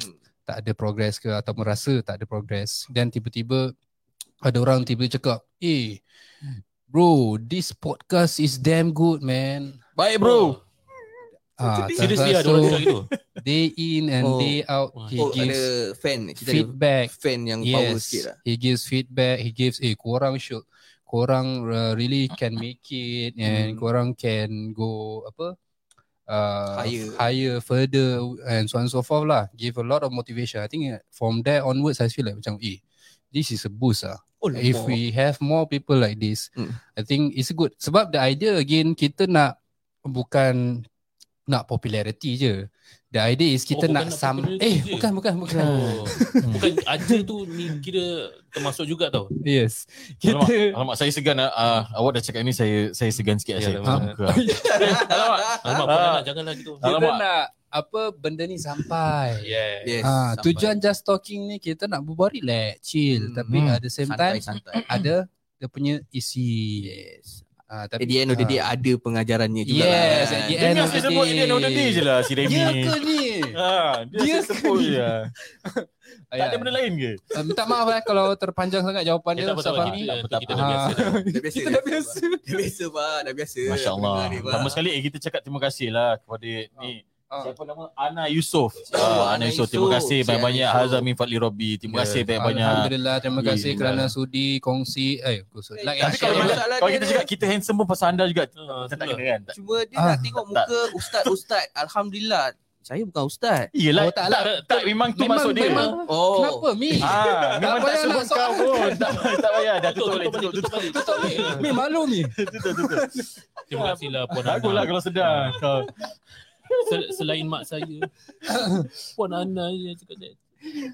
tak ada progress ke atau merasa tak ada progress then tiba-tiba ada orang tiba-tiba cakap eh bro this podcast is damn good man Baik bro. ah, Seriously tak ada orang rasa. cakap gitu. day in and Oh. day out he Oh, gives ada fan. Kita ada feedback fan yang power yes sikit lah. he gives feedback he gives eh korang should korang uh, really can make it and Hmm. korang can go apa uh, Higher. higher further and so on and so forth lah give a lot of motivation i think uh, from there onwards i feel like macam eh this is a boost ah Oh, if we have more people like this Mm. i think it's good sebab the idea again kita nak bukan nak popularity je the idea is kita Oh, bukan nak, nak some popularity eh je. bukan bukan bukan Oh. Bukan ada tu ni kira termasuk juga tau. yes Alamak, kita alamak saya segan ah. ah, awak dah cakap ni saya saya segan sikit lah, Ya, saya. alamak. muka. Alamak, Ah. ah. nak, janganlah gitu. kita Alamak. nak apa benda ni sampai Yeah. Yes. Ah, sampai. tujuan just talking ni kita nak berbual relax, chill, Hmm. tapi Hmm. at the same santai, time santai. ada dia punya isi. Yes. Ah, At tapi the end of the ah, day ada pengajarannya juga Yes, at lah. the Dia ni end of the asyik sebut dia another day je lah si Remy. Dia ke ni? Ha, dia, Dia dia sebut je. lah. Tak ada Ayah. benda lain ke? Ah, minta maaf eh kalau terpanjang sangat jawapan Eh, dia tak apa, tak Ustaz Ah. apa. Fahmi. Kita, tak kita apa. dah biasa. dah. Dah biasa. Kita dah biasa. Dah biasa pak, dah biasa. Masya Allah. Dengar ni, Pak. Pertama sekali eh, kita cakap terima kasih lah kepada ni. Ah. Siapa nama? Ana Yusof. Oh, Ah, Ana Ana Yusof. Yusof. Terima kasih Si banyak-banyak Ana Yusof. Hazami Fadli Robi. Terima kasih banyak-banyak. Ya, Alhamdulillah terima Yeah. kasih lah. kerana sudi kongsi eh kongsi like and Tapi kalau, share. Masalah kita- dia kalau kita dia- cakap kita handsome pun pasal anda juga. Ah, Macam tak betul. kena kan? Tak- Cuma dia Ah, nak tengok muka ustaz-ustaz. Alhamdulillah. Saya bukan ustaz. Yelah. Oh, tak lah. tak, tak, memang tu Memang- maksud dia. memang- Oh. Kenapa Mi? Ah, memang Tak tak payah sebut nak kau pun. Tak, tak payah. Dah Tutup tutup balik, boleh. Tutup, tutup tutup. balik. Betul Mi. Mi malu Mi. Tutup, tutup. Terima kasih lah Puan Baguslah Ana. kalau sedar. Kau. Sel- Selain mak saya, Puan Ana je cakap saya.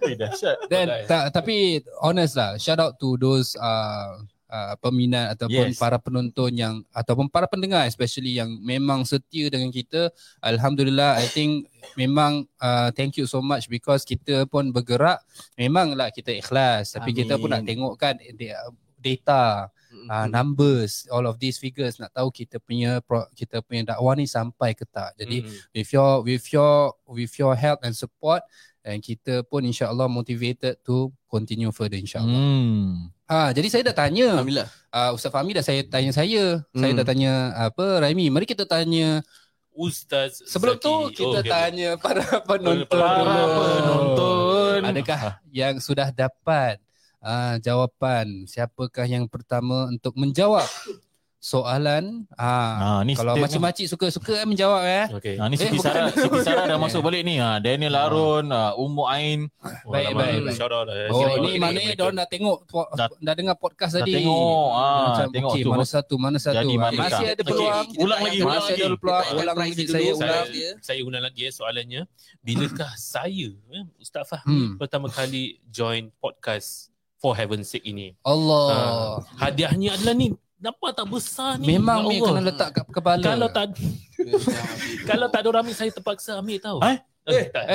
Eh, dahsyat. Then Alright. tak, tapi honest lah, shout out to those uh, uh, peminat ataupun Yes. para penonton yang ataupun para pendengar especially yang memang setia dengan kita. Alhamdulillah, I think memang uh, thank you so much because kita pun bergerak. Memanglah kita ikhlas, tapi kita pun nak Amin. Hmm. tengokkan dia- data, Ah, Hmm. uh, numbers, all of these figures nak tahu kita punya pro- kita punya dakwah ni sampai ke tak. Jadi Mm. with your with your with your help and support and kita pun insyaallah motivated to continue further insyaallah. Hmm. Hmm. Ha jadi saya dah tanya Alhamdulillah. uh, Ustaz Fahmi dah saya tanya saya, hmm. saya Hmm. dah tanya apa Raimi. Mari kita tanya Ustaz sebelum Zaki. Oh, tu kita okey, tanya para penonton Para Ah. dulu. penonton. Adakah yang sudah dapat uh, jawapan? Siapakah yang pertama untuk menjawab soalan? Ah, Ah, ni kalau setiap- macam-macam suka-suka eh menjawab eh. Okey. Ha, ni Siti Eh, Ah. Sarah, Siti Sarah dah Eh. masuk balik ni. Ha, Daniel Harun, ha, Umu Ain. Oh, Baik, alamak, baik, baik. Shout out lah. Oh, Shout out. ni maknanya dia orang dah tengok po- dah, Dah- dah dengar podcast dah tadi. tengok, ah, macam, tengok okay, tu. mana satu, mana satu. Jadi mana masih tak? ada Okey, peluang. kita ulang tayangkan lagi, dulu. ulang masih lagi. ada peluang. Kita Ulang tayangkan lagi dulu. saya Saya- ulang. dia. saya ulang lagi eh soalannya. Bilakah saya, eh, Ustaz Hmm. Fahmi, pertama kali join podcast For Heaven's Sake ini? Allah. Ah, hadiahnya adalah ni. Nampak tak besar ni? Oh. Ya Memang ni Allah. kena letak kat kepala. Kalau tak kalau tak ada orang ambil, saya terpaksa ambil tau. Eh? Eh, tak.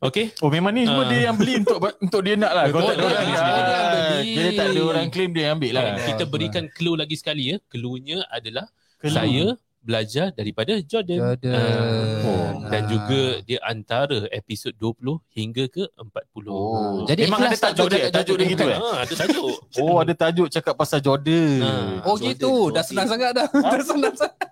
Okey. Oh memang ni semua Ah. dia yang beli untuk untuk dia nak lah. Kalau Betul, tak ada orang. dia yang Ah, beli. Jadi tak ada orang claim dia yang ambil lah. Okey, Kita berikan clue lagi sekali ya. Clue-nya adalah saya belajar daripada Jordan. Jordan. Ah. Oh. Dan Ah. juga dia antara episod 20 hingga ke Ah, 40. Oh. Jadi Jadi memang ada ikhlas tak tajuk dia, Jordan, tajuk dia Jordan? gitu eh. Ha, ada tajuk. Oh ada tajuk cakap pasal Jordan. Ah. Oh gitu, Jordan, dah Jordan. senang sangat dah. dah senang sangat.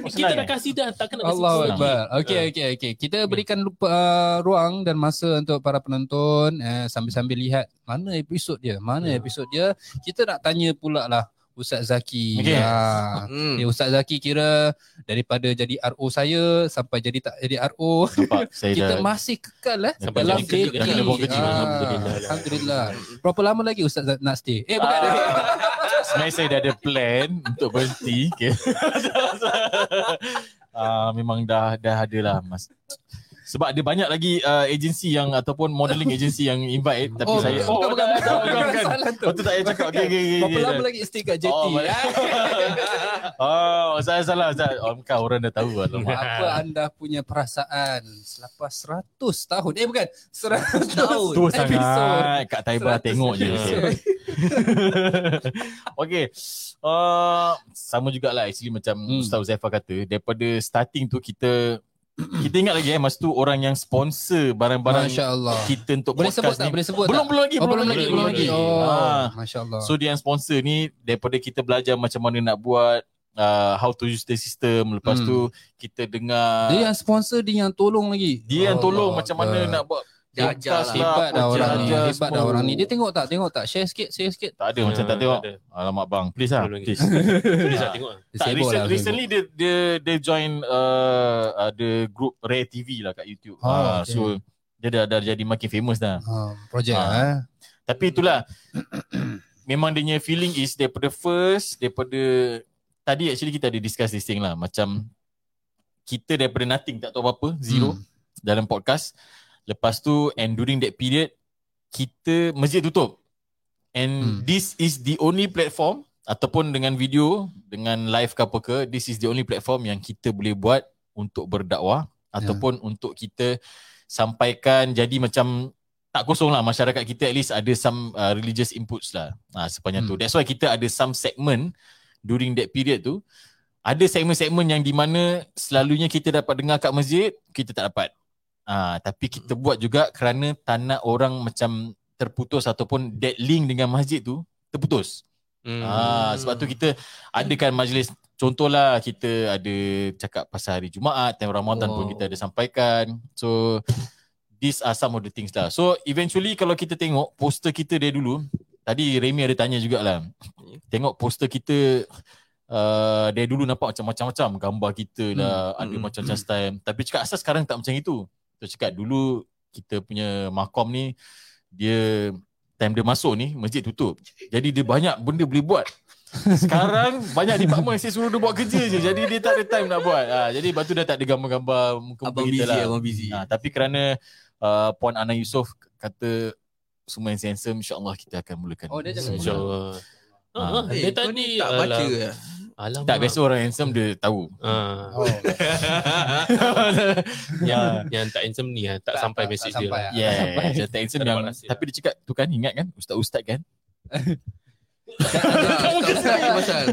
Oh, Kita senang, dah kasih dah, tak kena kasih Allah lagi. Akbar. Okey Ya. Ah. okey okey. Kita berikan lupa, uh, ruang dan masa untuk para penonton eh, sambil-sambil lihat mana episod dia, mana Ya. episod dia. Kita nak tanya pula lah Ustaz Zaki. Okey. Ah. Hmm. Ya, Ustaz Zaki kira daripada jadi RO saya sampai jadi tak jadi RO eh? Nampak saya kita dah. masih kekal eh Sampai dalam jadi kecil, JT. dalam bawah kecil. Ah, Alhamdulillah. Alhamdulillah. Berapa lama lagi Ustaz Zaki nak stay? Eh bukan. Ah. Sebenarnya saya dah ada plan untuk berhenti. Okay. uh, memang dah dah ada lah mas. Sebab ada banyak lagi uh, agensi yang ataupun modeling agensi yang invite eh, tapi Oh, saya bukan, bukan, dah, dah, bukan, dah, bukan. dah, dah. Oh, tu tak payah cakap. Okey okey okey. Berapa okey, lama dah. lagi still kat Oh, JT? balik. Oh, salah salah. salah. Oh, kau orang dah tahu lah. Alamak. Apa anda punya perasaan selepas 100 tahun? Eh bukan, 100 tahun. Tu episode. sangat Kak Taiba Seratus tengok je episode. Okay uh, Sama jugalah actually Macam Hmm. Ustaz Uzaifa kata Daripada starting tu kita Kita ingat lagi eh Masa tu orang yang sponsor Barang-barang Masya Allah. kita untuk Boleh sebut podcast tak? ni Boleh sebut belum, tak? belum lagi Oh, belum lagi, belum lagi. Ah. Oh, Masya Allah. So dia yang sponsor ni daripada kita belajar macam mana nak buat uh, how to use the system lepas Hmm. tu kita dengar Dia yang sponsor, dia yang tolong lagi. dia yang tolong macam mana nak buat Jajar podcast lah, Hebat lah. dah apa orang ni. jajar Hebat dah semua. orang ni. Dia tengok tak? Tengok tak? Share sikit, share sikit. tak ada macam tak tengok. Alamak bang, Ya. please lah. Tolong Please. Boleh tak tengok? Dia tak, sibuk recent, lah, recently dia dia dia join uh, uh, the group Rare TV lah kat YouTube. Oh, Ah, okay. So dia dah, dah jadi makin famous dah. sibuk. Ah, projek Ah. ah. Tapi itulah memang dia punya feeling is daripada first daripada tadi actually kita ada discuss this thing lah macam kita daripada nothing tak tahu apa-apa zero Hmm. dalam podcast lepas tu and during that period kita masjid tutup and Hmm. this is the only platform ataupun dengan video dengan live ke apa ke this is the only platform yang kita boleh buat untuk berdakwah Ya. ataupun untuk kita sampaikan jadi macam tak kosong lah masyarakat kita at least ada some uh, religious inputs lah uh, sepanjang tu. Hmm. That's why kita ada some segment during that period tu. Ada segmen-segmen yang di mana selalunya kita dapat dengar kat masjid, kita tak dapat. Uh, tapi Hmm. kita buat juga kerana tak nak orang macam terputus ataupun that link dengan masjid tu terputus. Hmm. Ah, sebab tu kita adakan majlis contohlah kita ada cakap pasal hari Jumaat, time Ramadan pun Wow. kita ada sampaikan. So these are some of the things lah. So eventually kalau kita tengok poster kita dari dulu, tadi Remy ada tanya jugalah. Tengok poster kita uh, dari dulu nampak macam macam-macam gambar kita lah, Hmm. ada Hmm. macam-macam style. Tapi cakap asal sekarang tak macam itu. Tu cakap dulu kita punya makom ni dia time dia masuk ni masjid tutup. Jadi dia banyak benda boleh buat. Sekarang banyak department saya suruh dia buat kerja je. Jadi dia tak ada time nak buat. Ha, jadi lepas tu dah tak ada gambar-gambar muka Abang kita busy, lah. abang busy. Ha, tapi kerana uh, Puan Ana Yusof kata semua yang handsome insyaAllah kita akan mulakan. Oh, dia cakap InsyaAllah. Ah, Ah. dia Eh, kau tadi ni tak baca. alam- ke? Alamak. Tak biasa orang handsome dia tahu. Ah. Oh, Ah. yang yang tak handsome ni ah, tak, sampai tak mesej dia. sampai lah. ah. Yeah, dia tak handsome Tak yang dapat rahsia. tapi dia cakap tu kan ingat kan ustaz-ustaz kan. Ustaz-ustaz tu pasal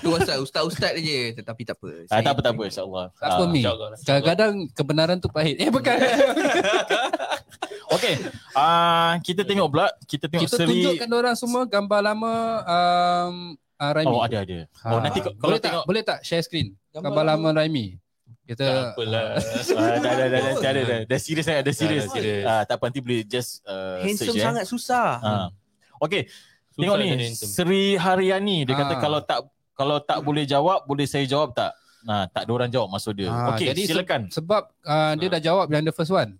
Tu pasal Ustaz-ustaz je Tetapi tak apa Ah, Saya- tak apa tak apa insyaAllah. Tak apa Ah. Mi. insyaAllah. Kadang-kadang kebenaran tu pahit. Eh bukan. Okay. Ah, kita tengok pula, kita tengok Kita seri tunjukkan orang semua gambar lama um, uh, Raimi. Oh ada ada. Oh Ha. nanti kalau boleh tak? tengok Boleh tak share screen? Gambar lama Raimi. Kita Ya, Tak apalah. Ah, dah dah dah dah dah dah, dah. Dah serius sangat, dah serius. dah serious. Ah, tak apa nanti boleh just uh, search, Handsome eh. sangat susah Ah. Okay, Susah tengok ni jadi handsome. Sri Haryani dia kata Ah. kalau tak kalau tak boleh jawab boleh saya jawab tak? Nah, tak ada orang jawab maksud dia. Ah, Okey, jadi se- silakan. sebab Ha. uh, dia dah jawab yang the first one.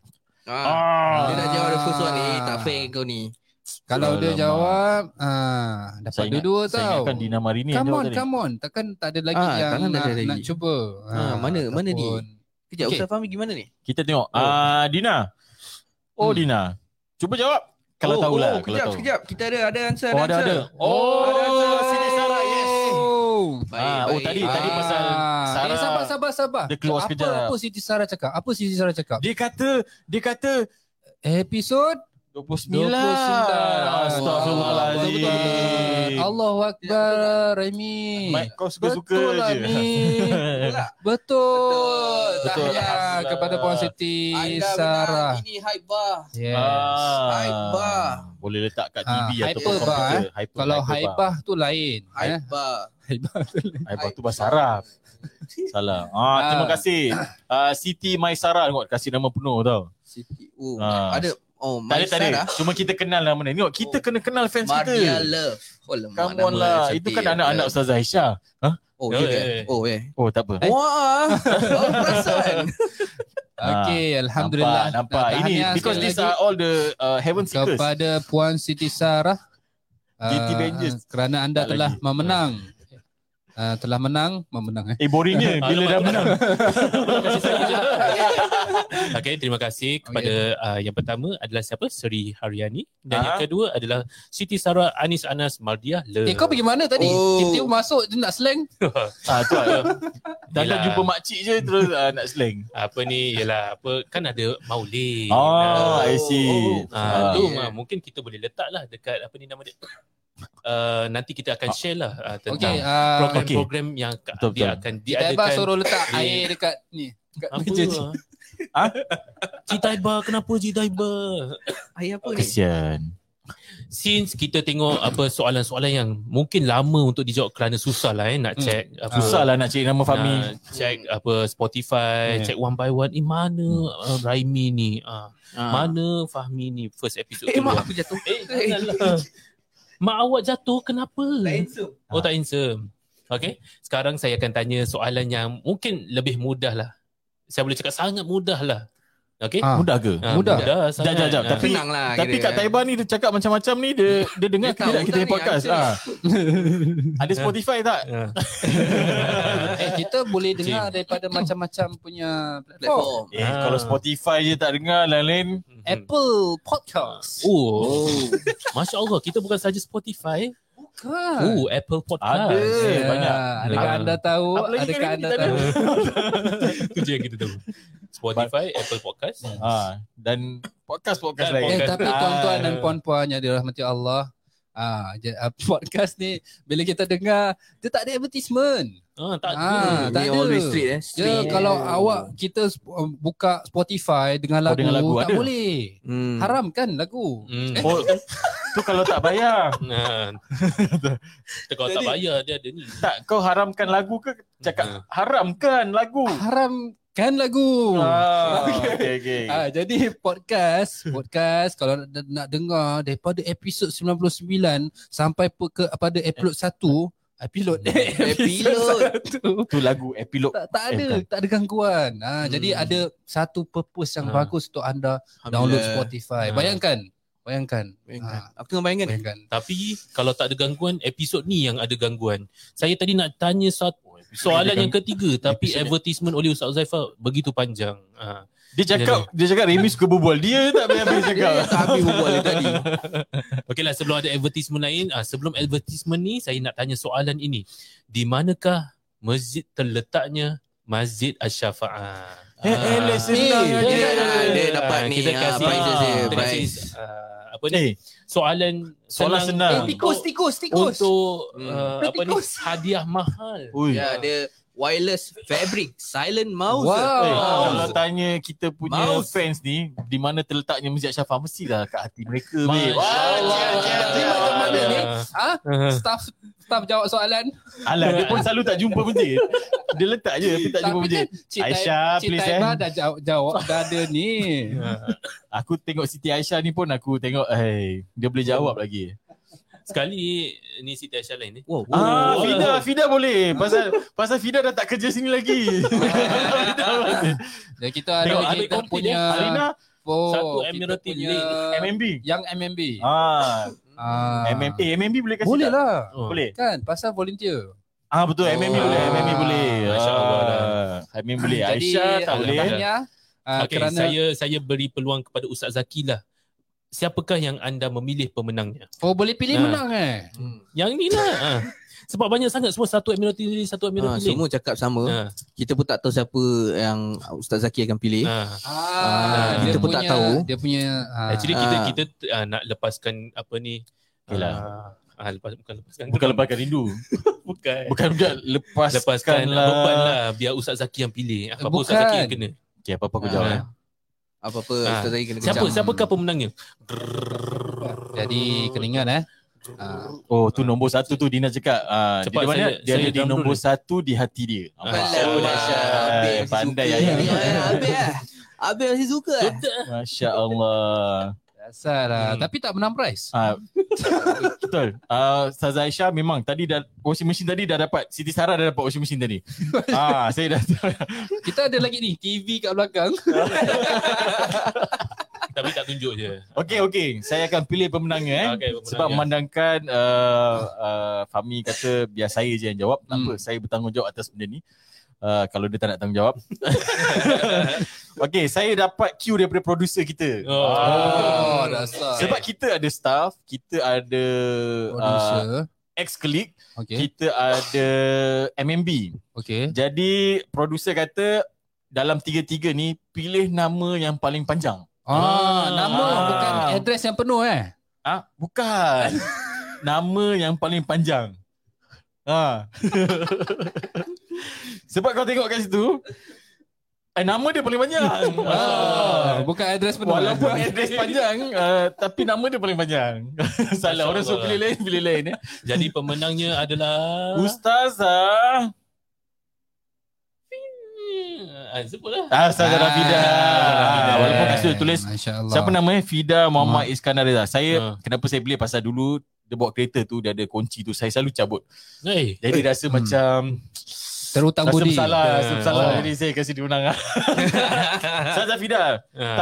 Ah. Dia Ah. nak jawab the first one ni Tak Ah. fair kau ni Kalau dia Alamak. jawab ah dapat Saya ingat- dua-dua Saya tau. ingatkan Dina Marini yang Come jawab on, tadi. come on. Takkan tak ada lagi Ah, yang takkan tak nak, ada lagi. nak cuba. Ah, mana- mana ni? ataupun- Kejap Okay. Ustaz Fahmi gimana ni Kita tengok. Ah, Dina. Oh, Hmm. Dina. Cuba jawab. Kalau oh, tahulah, oh, kalau Kejap tahu. sekejap Kita ada ada answer Oh, ada ada. answer. Oh, Ada answer. sini salah. Yes. Oh. Baik, Ah, oh, baik. tadi- tadi pasal Sarah- Eh, sabar, sabar, sabar. Dia keluar apa, sekejap. Apa Siti Sarah cakap? Apa Siti Sarah cakap? Dia kata, dia kata Episod 29. 29. Astagfirullahalazim. Allahu Akbar. Allahu Akbar, Raimi. Mike, kau suka-suka Betul lah, je. Mi. Eh. Pula. Betul. Betul. Tahniah Betul. kepada Puan Siti Anda Sarah. benar Ini hype bar Eh? Yes. Ah, Hyper. Boleh letak kat Ah, TV ataupun hyper bar, komputer. Hyper, Kalau bar. haibah tu lain. eh. Hype bar Haibah tu lain. Hyper tu bahasa Arab. Salah. Ah, terima Ah. kasih. Ah, Siti Maisara tengok kasih nama penuh tau. Siti Oh Ah. Ada Oh Tak ada, tak ada. Maisara Cuma kita kenal nama dia. Tengok, kita Oh. kena kenal fans Maria kita. Love Oh lemak Come nama on lah. cantik. Eh. Itu ya? kan anak-anak Ustazah Aisyah. Oh Eh, eh, ya eh. ke? Oh eh Oh, tak apa. Wah Baru perasan Okey, alhamdulillah. Ah, Nampak, nampak. Ini Tahniah because sekali these lagi are all the uh, heaven seekers. kepada Puan Siti Sarah ah, JT Rangers. kerana anda Tak telah lagi. memenang. Uh, telah menang, memenang eh. Eh boringnya bila Ah, dah menang. Okay, terima kasih kepada uh, yang pertama adalah siapa? Seri Haryani dan Ah. yang kedua adalah Siti Sarah Anis Anas Mardiah Le. Eh kau pergi mana tadi? Oh. Kita masuk je nak slang. Ah, tu lah. Dah Yelah. tak jumpa makcik je terus ah, nak slang. apa ni ialah apa kan ada maulid. Oh, Ah, I see. Ah, Ah. tu yeah. mungkin kita boleh letak lah dekat apa ni nama dia. Uh, nanti kita akan share lah uh, Okey, tentang uh, program-program Okey. yang ka- Betul, dia betul. akan Cik Aiba diadakan. suruh letak Dia- air dekat ni. Dekat apa? meja je. Ha? Cita Aiba, kenapa Cita Aiba? Ayah apa ni? Kesian. Since kita tengok apa soalan-soalan yang mungkin lama untuk dijawab kerana susah lah eh nak Hmm. check. Apa, Susah lah nak cari nama Nak Fahmi. check apa Spotify, Yeah. check one by one. Eh mana uh, Raimi ni? Ah, Ah. Mana Fahmi ni? First episode tu. Eh mak aku jatuh. Eh, janganlah. mak awak jatuh kenapa? handsome. Oh tak handsome. Okay. Sekarang saya akan tanya soalan yang mungkin lebih mudah lah. Saya boleh cakap sangat mudah lah. Okay. Ah. Mudah ke? Ah, mudah. mudah sangat. jap, jap. Ah. Tapi- Senang lah. Tapi kira. Kak Taiba ni dia cakap macam-macam ni dia dia dengar Dia ke tahu tidak kita tak ni ni, podcast. I'm Ah. Ada Spotify tak? Ah. Eh, kita boleh dengar daripada macam-macam punya platform. Platform. Eh, Ah. kalau Spotify je tak dengar lain-lain. Apple Hmm. Podcast. Oh, Masya Allah Kita bukan saja Spotify Bukan. Oh, eh, Apple Podcast Ah. Ada. Ya, banyak. Adakah Ah. anda tahu? Apa lagi Adakah kena anda kita ada? tahu? Itu je yang kita tahu Spotify, Apple Podcast Ah, dan podcast-podcast Dan lain. Eh, podcast. tapi Ah. tuan-tuan dan puan-puan yang dirahmati Allah, ah, je- ah, podcast ni bila kita dengar dia tak ada advertisement. ah, Tak ada Ah, Ah, tak dia ada. always straight eh. Dia Straight. kalau awak kita sp- um, buka Spotify dengan Oh, lagu, dengan lagu tak ada. boleh. Hmm. Haram kan lagu? Hmm. Oh, tu kalau tak bayar. Ah. Kalau tak Jadi- bayar Dia ada ni Tak, kau haramkan lagu ke? Ah. Cakap haramkan lagu. Haram kan lagu? Hmm. Ah, okay, okay. Ah, jadi podcast, podcast kalau nak, nak dengar daripada episod 99 sampai pe, ke, pada episod 1, episod Episod. Tu lagu epilog. tak, tak ada, Eh, tak ada gangguan. Ha, jadi Hmm. ada satu purpose yang Ha. Ah. bagus untuk anda eh. download Spotify. Ha. Bayangkan, bayangkan. Kan? Ah. Bayangkan. Ha, Ah, Aku tengah bayangkan. bayangkan. Tapi kalau tak ada gangguan, episod ni yang ada gangguan. Saya tadi nak tanya satu soalan yang ketiga tapi episod ni- advertisement oleh Ustaz Zaifal begitu panjang. Ha. Dia cakap dia cakap Remy suka berbual. Dia tak habis-habis Dia cakap. tak habis berbual dia tadi. Okeylah sebelum ada advertisement lain, ah, sebelum advertisement ni saya nak tanya soalan ini. Di manakah masjid terletaknya Masjid Asy-Syafaah? Ha. Eh, eh, let's senang Eh, aja. Dia, Ya, dia dapat Ah, ni. kita ah, kasih, prize dia, kita kasih prize. ah, apa ni? Eh, Soalan Soalan senang. Eh, Untuk- tikus, tikus, tikus. untuk Hmm. ah, apa ni Tikus. hadiah mahal. ui. Ya, dia wireless fabric silent mouse. Wow. Eh, Mouse. kalau tanya kita punya Mouse. fans ni di mana terletaknya Masjid Syafah mestilah kat hati mereka. babe. Masya Wah, Allah. cia, cia, Ni cia. macam mana ni? Ha? Ah. Staff staff jawab soalan. Alah, dia pun selalu tak jumpa masjid. Dia letak je tapi tak jumpa Tapi masjid. kan Cik Aisyah, Aisyah, Cik please, Taibah eh. dah jawab, jawab dah ada ni. Ya. Ya. Aku tengok Siti Aisyah ni pun aku tengok hey, dia boleh jawab lagi. Sekali ni Siti Aisyah lain ni. Wow. Oh. Ah, Fida, Fida boleh. Pasal pasal Fida dah tak kerja sini lagi. Fida boleh. Dan kita ada Tengok, ada kita complete, punya eh. Alina oh, Satu kita Admiralty punya League. MMB. yang MMB. Ah, Ah. MMB. Eh, MMB boleh kasi Boleh tak? lah. Oh. Boleh. Kan pasal volunteer. Ah betul oh. MMB Oh. boleh, MMB boleh. Masya Allah lah. Ah, MMB boleh. Jadi Aisyah tak ah, boleh. tak Tahniah, ah, Okay, kerana saya saya beri peluang kepada Ustaz Zaki lah. Siapakah yang anda memilih pemenangnya? oh boleh pilih Ah. menang eh. Hmm. Yang ni lah. ha. Sebab banyak sangat semua satu Admiralty Lane, satu Ah, Admiralty Lane. semua cakap sama. Ah. Ha, Kita pun tak tahu siapa yang Ustaz Zaki akan pilih. ha. Ah, kita dia pun tak punya- tahu. Dia punya ah, Actually kita Ah. kita ah, nak lepaskan apa ni? Yelah. Ah, ah, lepas, bukan lepaskan. lah. Bukan lepaskan rindu. bukan. Bukan bukan lepaskan, Lepaskan lah. beban lah. lah biar Ustaz Zaki yang pilih. Apa-apa Ustaz Bukan. Zaki yang kena. Okey, apa-apa aku Ah. jawab. eh. Apa-apa Ah. Ustaz Zaki kena Siapa kecam. siapakah pemenangnya? jadi kena ingat eh. Ah. Oh, tu nombor satu tu Dina cakap. Ah, Cepat dia di mana? saya- Dia saya ada di download nombor ni. satu di hati dia. Ah, Alah, Masya Allah. Aisyah. Pandai, Habis Pandai Pandai Aisyah. Habis lah. Habis masih suka lah. Masya Allah. Dasar lah. Hmm. Tapi tak menang prize. Ah, betul. Ah, Saza Aisyah memang tadi dah washing machine tadi dah dapat. Siti Sarah dah dapat washing machine tadi. ah, saya dah Kita ada lagi ni TV kat belakang. Tapi tak tunjuk je. Okey okey, saya akan pilih pemenangnya eh. Okey, pemenangnya. Sebab memandangkan uh, uh, Fahmi kata biar saya je yang jawab. Tak Hmm. apa, saya bertanggungjawab atas benda ni. Uh, kalau dia tak nak tanggungjawab. Okey, saya dapat cue daripada producer kita. Oh. Oh, Ah. dasar. Sebab kita ada staff, kita ada uh, producer. ex-colleague, Okey. kita ada MMB. Okey. Jadi producer kata dalam tiga-tiga ni pilih nama yang paling panjang. Ah, nama Ah. bukan address yang penuh eh. Ah, bukan. nama yang paling panjang. Ha. Sebab kau tengok kat situ eh, nama dia paling panjang. Ah, Ah. bukan address penuh. Walaupun eh. address panjang uh, Tapi nama dia paling panjang Salah orang Allah. suruh pilih lain Pilih lain eh. Jadi pemenangnya adalah Ah. Ustazah Ah, sebutlah. ah, Ustazah Rafidah Rafidah. ah, Walaupun kat situ tulis Masya-Allah. Siapa nama eh? Fida Muhammad Iskandar Reza. Saya Ha. kenapa saya pilih pasal dulu dia bawa kereta tu dia ada kunci tu saya selalu cabut. Hey. Jadi rasa Hmm. macam Terhutang rasa budi. bersalah, rasa Ya. bersalah. Oh. Jadi saya kasi dia ah. menang. Ustazah Fida, Ah. tahniah.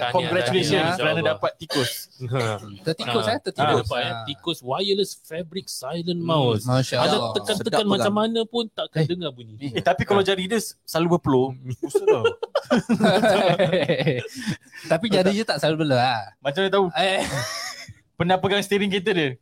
tahniah, Congratulations tahniah. kerana dapat tikus. Tertikus Ah, eh, Tikus. tertikus. Dapat, eh. Ah. Tikus wireless fabric silent mouse. Ada Masya-Allah. tekan-tekan Sedap pegang. macam mana pun takkan Eh. dengar bunyi. Eh, tapi kalau jari dia selalu berpeluh. Ustaz tau. Tapi jadi je tak selalu bela ah. Macam dia tahu Eh, pernah pegang steering kereta dia.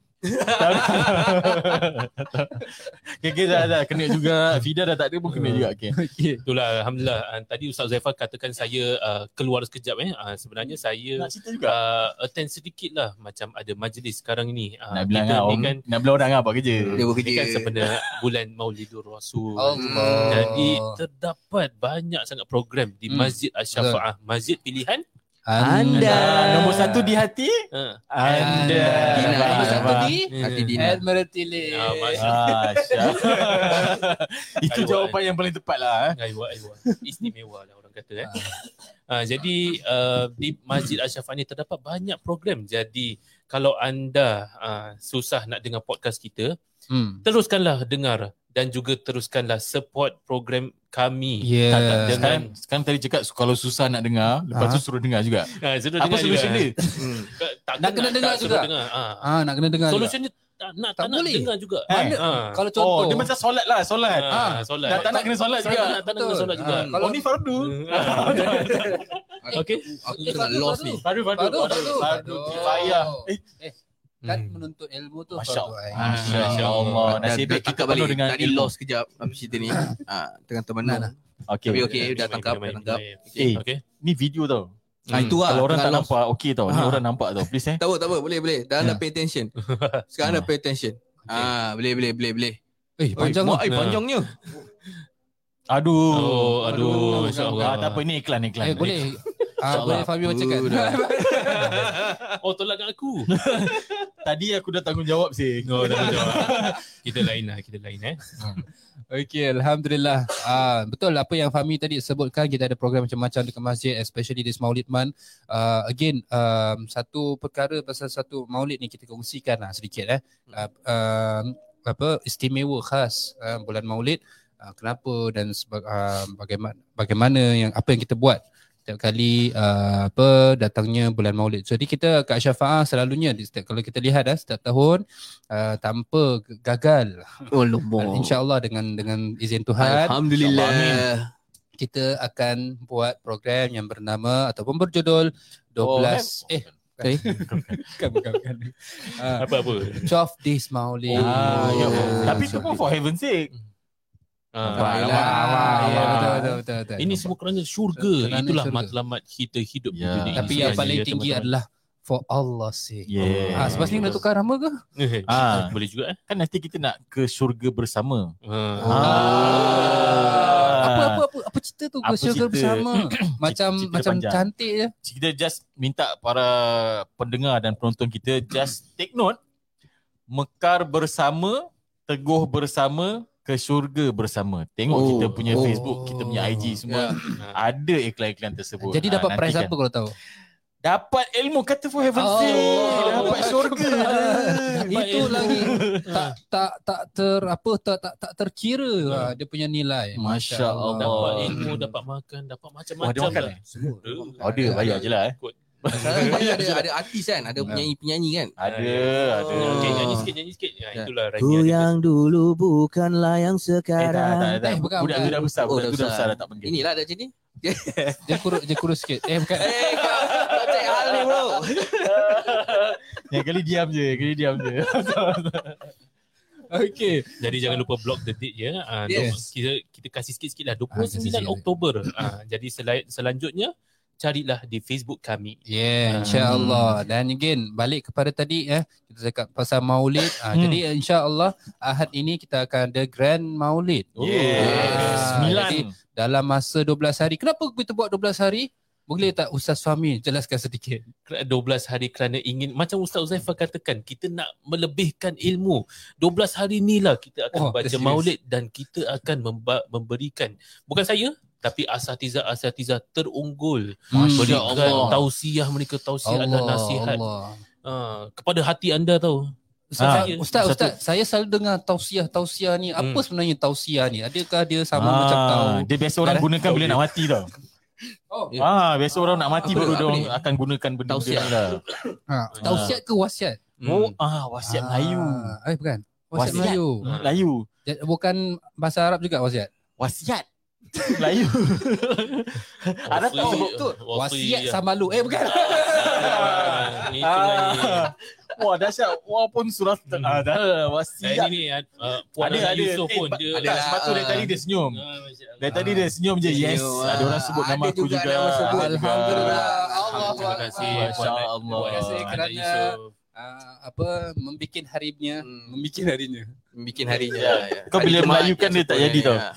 okay, okay, dah, dah, kena juga. Fida dah tak ada pun kena juga. Okay. okey. Itulah alhamdulillah. Ah, tadi Ustaz Zaifal katakan saya uh, keluar sekejap eh. Uh, sebenarnya saya Nak cerita juga. uh, attend sedikit lah macam ada majlis sekarang ni. Uh, Nak bilang lah, ni orang, kan nak bilang orang apa kerja. Dia Ini bekerja. kan sebenarnya bulan Maulidur Rasul. Hmm, Allah. Jadi terdapat banyak sangat program di Oh. Hmm. Masjid Asy-Syafaah, Masjid pilihan. Anda. Ah, Nombor satu di hati Ha. Hmm. Anda. Dina. Nombor satu Nampak? di Hati Dina. Admiralty Lane. Ah, masya- Ah, syah. Itu Taiwan. jawapan yang paling tepat lah eh. Aiwa, aiwa. Istimewa lah orang kata. Eh. Ha, jadi uh, di Masjid Asy-Syafaah ni terdapat banyak program. Jadi kalau anda uh, susah nak dengar podcast kita, Hmm. teruskanlah dengar dan juga teruskanlah support program kami. Yeah. Takat Sekarang, Dengan sekarang tadi cakap su- kalau susah nak dengar, lepas Ah. tu suruh dengar juga. Ha, suruh Apa dengar solution juga. dia? Hmm. Tak Nak kena dengar tak suruh juga. Dengar. Ha. Ah, nak kena dengar. Solution dia tak nak tak, Tak nak boleh. dengar juga. Eh. Mana ha. juga. Kalau contoh. Oh, dia macam solat lah, solat. ha. Ah, solat. Dah tak nak kena solat Tak juga. nak- tak nak kena Betul. solat juga. Hmm. Ah, kalau- oh, ni fardu. Okey. Aku tengah lost ni. Fardu, fardu. Fardu, fardu. Oh. Fardu, kifayah. Eh, Kan Hmm. Hmm. menuntut ilmu tu Masya fardu ain. Allah. Masya Allah. Dah Ah, Oh, Nasib baik back kita kita penuh balik. dengan Tadi ilmu. lost kejap habis cerita ni. Ah, tengah termenung. Nah, Okay. Tapi okey, dah tangkap, dah tangkap. Eh, Okey. ni video tau. Ah, itu Hmm. lah. Kalau orang tengah tak lost. nampak, Ya. okey tau. Ni Ah. orang nampak tau. Please eh. Tak apa, tak apa. Boleh, boleh. Dah dah pay attention. Sekarang dah Hmm. pay attention. Ah, boleh, boleh, boleh, boleh. Eh, panjang tu. Oi, mak, eh, panjangnya. Aduh. Oh, aduh, Aduh. insya-Allah. Ah, tak apa, ni iklan, iklan. Eh, boleh. Ah, InsyaAllah. boleh Fabio bacakan. Uh, dah. Oh, tolak kat aku. Tadi aku dah tanggungjawab sih. No, Oh, dah jawab. Kita lain lah, kita lain eh. Okey, alhamdulillah. Ah, betul apa yang Fahmi tadi sebutkan kita ada program macam-macam dekat masjid especially this Maulid month. Uh, again, um, satu perkara pasal satu Maulid ni kita kongsikan lah sedikit eh. Uh, um, apa istimewa khas uh, bulan Maulid. Uh, kenapa dan seba- uh, bagaimana bagaimana yang apa yang kita buat setiap kali uh, apa datangnya bulan Maulid. Jadi kita kat Syafaah selalunya di setiap, kalau kita lihat eh, setiap tahun uh, tanpa gagal Oh, Dan lombong. InsyaAllah dengan dengan izin Tuhan Alhamdulillah. kita akan buat program yang bernama ataupun berjudul 12 Oh, oh, eh. eh Eh. bukan bukan bukan. Ah, Apa-apa. 12 days Maulid. Oh, ah, ya. Oh. Tapi tu pun for heaven's sake. Ah. Nampak? Alah, ya, Alamak. betul, betul, betul, betul. Ini semua kerana syurga. Kerana Itulah syurga. matlamat kita hidup di Ya. dunia. ini tapi yang sebenarnya, paling tinggi teman-teman. adalah for Allah sake. Yeah. Ah, sebab sini nak tukar nama ke? Eh, Ah. Boleh juga eh. Kan nanti kita nak ke syurga bersama. Ah. Ah. Apa apa apa apa cerita tu Apa apa syurga cerita? bersama? macam Cerita macam panjang. cantik je. Kita just minta para pendengar dan penonton kita just take note. Mekar bersama, teguh bersama, ke syurga bersama. Tengok Oh. kita punya Oh. Facebook, kita punya IG Ya. semua. Ada iklan-iklan tersebut. Jadi Ah, dapat nanti prize kan. apa kalau tahu? Dapat ilmu kata for heaven's Oh. sake. Dapat syurga. itu lagi tak tak tak ter apa tak tak, tak terkira lah dia punya nilai. Masya Allah. Dapat Oh. ilmu, dapat Oh, makan, dapat macam-macam. Wah, dia makan lah. eh? Order bayar je lah eh. Ikut. Sekarang banyak lah. ada, ada artis kan, ada Ya. penyanyi-penyanyi kan. Ada, ada. Oh. Oh. Okay, nyanyi sikit, nyanyi sikit. Ya, Ya. itulah Raimi. Tu ada. yang dulu bukanlah yang Eh, tak, tak, sekarang. tak. Eh, bukan, budak tu bukan. dah besar, Oh, budak dah tu dah besar. besar dah tak penting. Inilah dah jadi. Dia kurus, dia kurus sikit. Eh bukan. Eh, kau, kau cek hal ni bro. Yang kali diam je, kali diam je. Okey. Jadi jangan lupa block the date ya. Uh, Yes. Kita kita kasih sikit-sikit lah. Ah, kasih 29 sikit. Oktober. Uh, jadi selai- selanjutnya carilah di Facebook kami. Ah. Yeah, Ya, insya-Allah. Dan again, balik kepada tadi eh kita cakap pasal Maulid. Ah, Hmm. jadi eh, insya-Allah Ahad ini kita akan ada grand Maulid. Yes. Ah, Oh, Sembilan. jadi dalam masa 12 hari. Kenapa kita buat 12 hari? Boleh tak Ustaz Fahmi jelaskan sedikit? Kera- 12 hari kerana ingin macam Ustaz Uzaifah katakan kita nak melebihkan ilmu. 12 hari inilah kita Wah, akan baca serius. maulid dan kita akan memba- memberikan bukan saya tapi asatiza-asatiza terunggul Masya Hmm. berikan Allah. tausiah mereka tausiah dan nasihat Hmm. Allah. uh, kepada hati anda tahu. Ustaz, Ah. saya- Ustaz, Satu. Ustaz, saya selalu dengar tausiah-tausiah ni. Apa Hmm. Ah. sebenarnya tausiah ni? Adakah dia sama macam tahu? Ah, Dia biasa orang Kadang- gunakan bila nak mati tau. Oh, Ya. Ah, biasa orang nak mati Apa baru dia? dia orang Apa dia? akan gunakan benda dia Tausiah. ni lah. Ah. ha, tausiah ke wasiat? Hmm. Oh, ah, wasiat Melayu. Ah, eh bukan. Wasiat, Wasiat. Melayu. Ah. Melayu. Ja- Bukan bahasa Arab juga wasiat. Wasiat. Melayu. Ada tahu betul. Wasiat ya. sama lu. Eh bukan. Ah, itu lagi. Ah. Wah dahsyat Walaupun surah Hmm. ah, dah, Saya Wasiat ni uh, Puan ada, ada, Eh, Yusof pun dia ada, lah. ada. Sebab tu dari tadi dia senyum Ah, Masya Allah. Dari tadi dia senyum je Senyum, Yes ah. Ada orang sebut nama Ada aku juga juga nama sebut. Ada juga. Alhamdulillah. Allah Terima kasih Masya Puan Mat- Allah. Puan Terima kasih Mat kerana- Yusof. Ah, apa membikin harinya, Hmm, membikin harinya. bikin harinya. Ya. Ya. Kau bila Hari Jumaat melayukan dia tak sebenarnya, jadi tau. ya.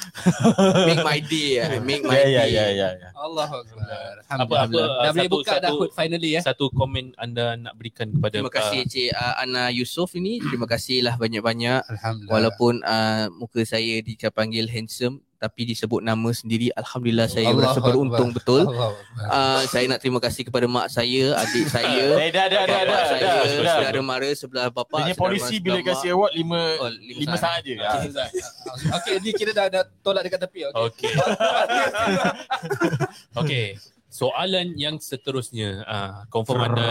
Make my day. ya. Make my Ya ya day. ya ya ya. Allahu akbar. Apa- apa, Alhamdulillah. Dah satu- boleh buka dah satu- hood finally ya. Satu komen anda nak berikan kepada Terima kasih Cik uh, Ana Yusof ini. Terima kasihlah banyak-banyak. Lah. Alhamdulillah. Walaupun uh, muka saya dipanggil handsome tapi disebut nama sendiri. Alhamdulillah saya Allah merasa beruntung betul. Allahu akbar. Ah. Uh, saya nak terima kasih kepada mak saya, adik saya, Eh dah dah dah bapa dah saya, dah. Sudah. saudara mara, sebelah bapak. Dia saudara polisi mara, bila sebelah kasi award 5 mak. Oh, 5 saat je. Ah. Okey, ni kira dah, dah tolak dekat tepi. Okey. ah, Okey. Okey. Soalan yang seterusnya ah confirm anda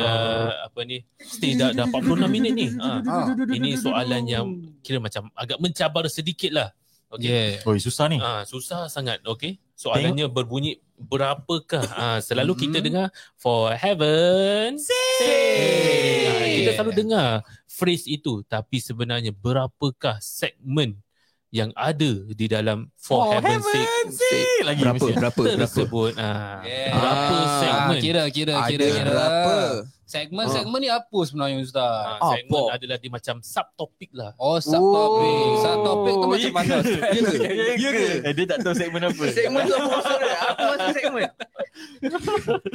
apa ni stay dah, dah 46 minit ni. Ah, Ah, ini soalan yang kira macam agak mencabar sedikit lah. Okey. yeah. Oi susah ni. Ah, susah sangat. Okey. Soalannya berbunyi berapakah? Ah, selalu kita Mhm. dengar for heaven. Ah, kita selalu dengar phrase itu tapi sebenarnya berapakah segmen yang ada di dalam for, For heaven sake Eh lagi Berapa, mesti. berapa, berapa? tersebut. Ah, Yeah. Berapa Ah, segmen? Ah, kira kira kira Ada kira. berapa? Segmen Ah. segmen ni apa sebenarnya ustaz? Ah, Apa? segmen adalah dia macam subtopik lah. Oh, subtopik. Oh. Subtopik tu macam mana? Ya ke? Ya ke? Eh dia tak tahu segmen apa. Segmen tu apa maksud dia? Apa maksud segmen?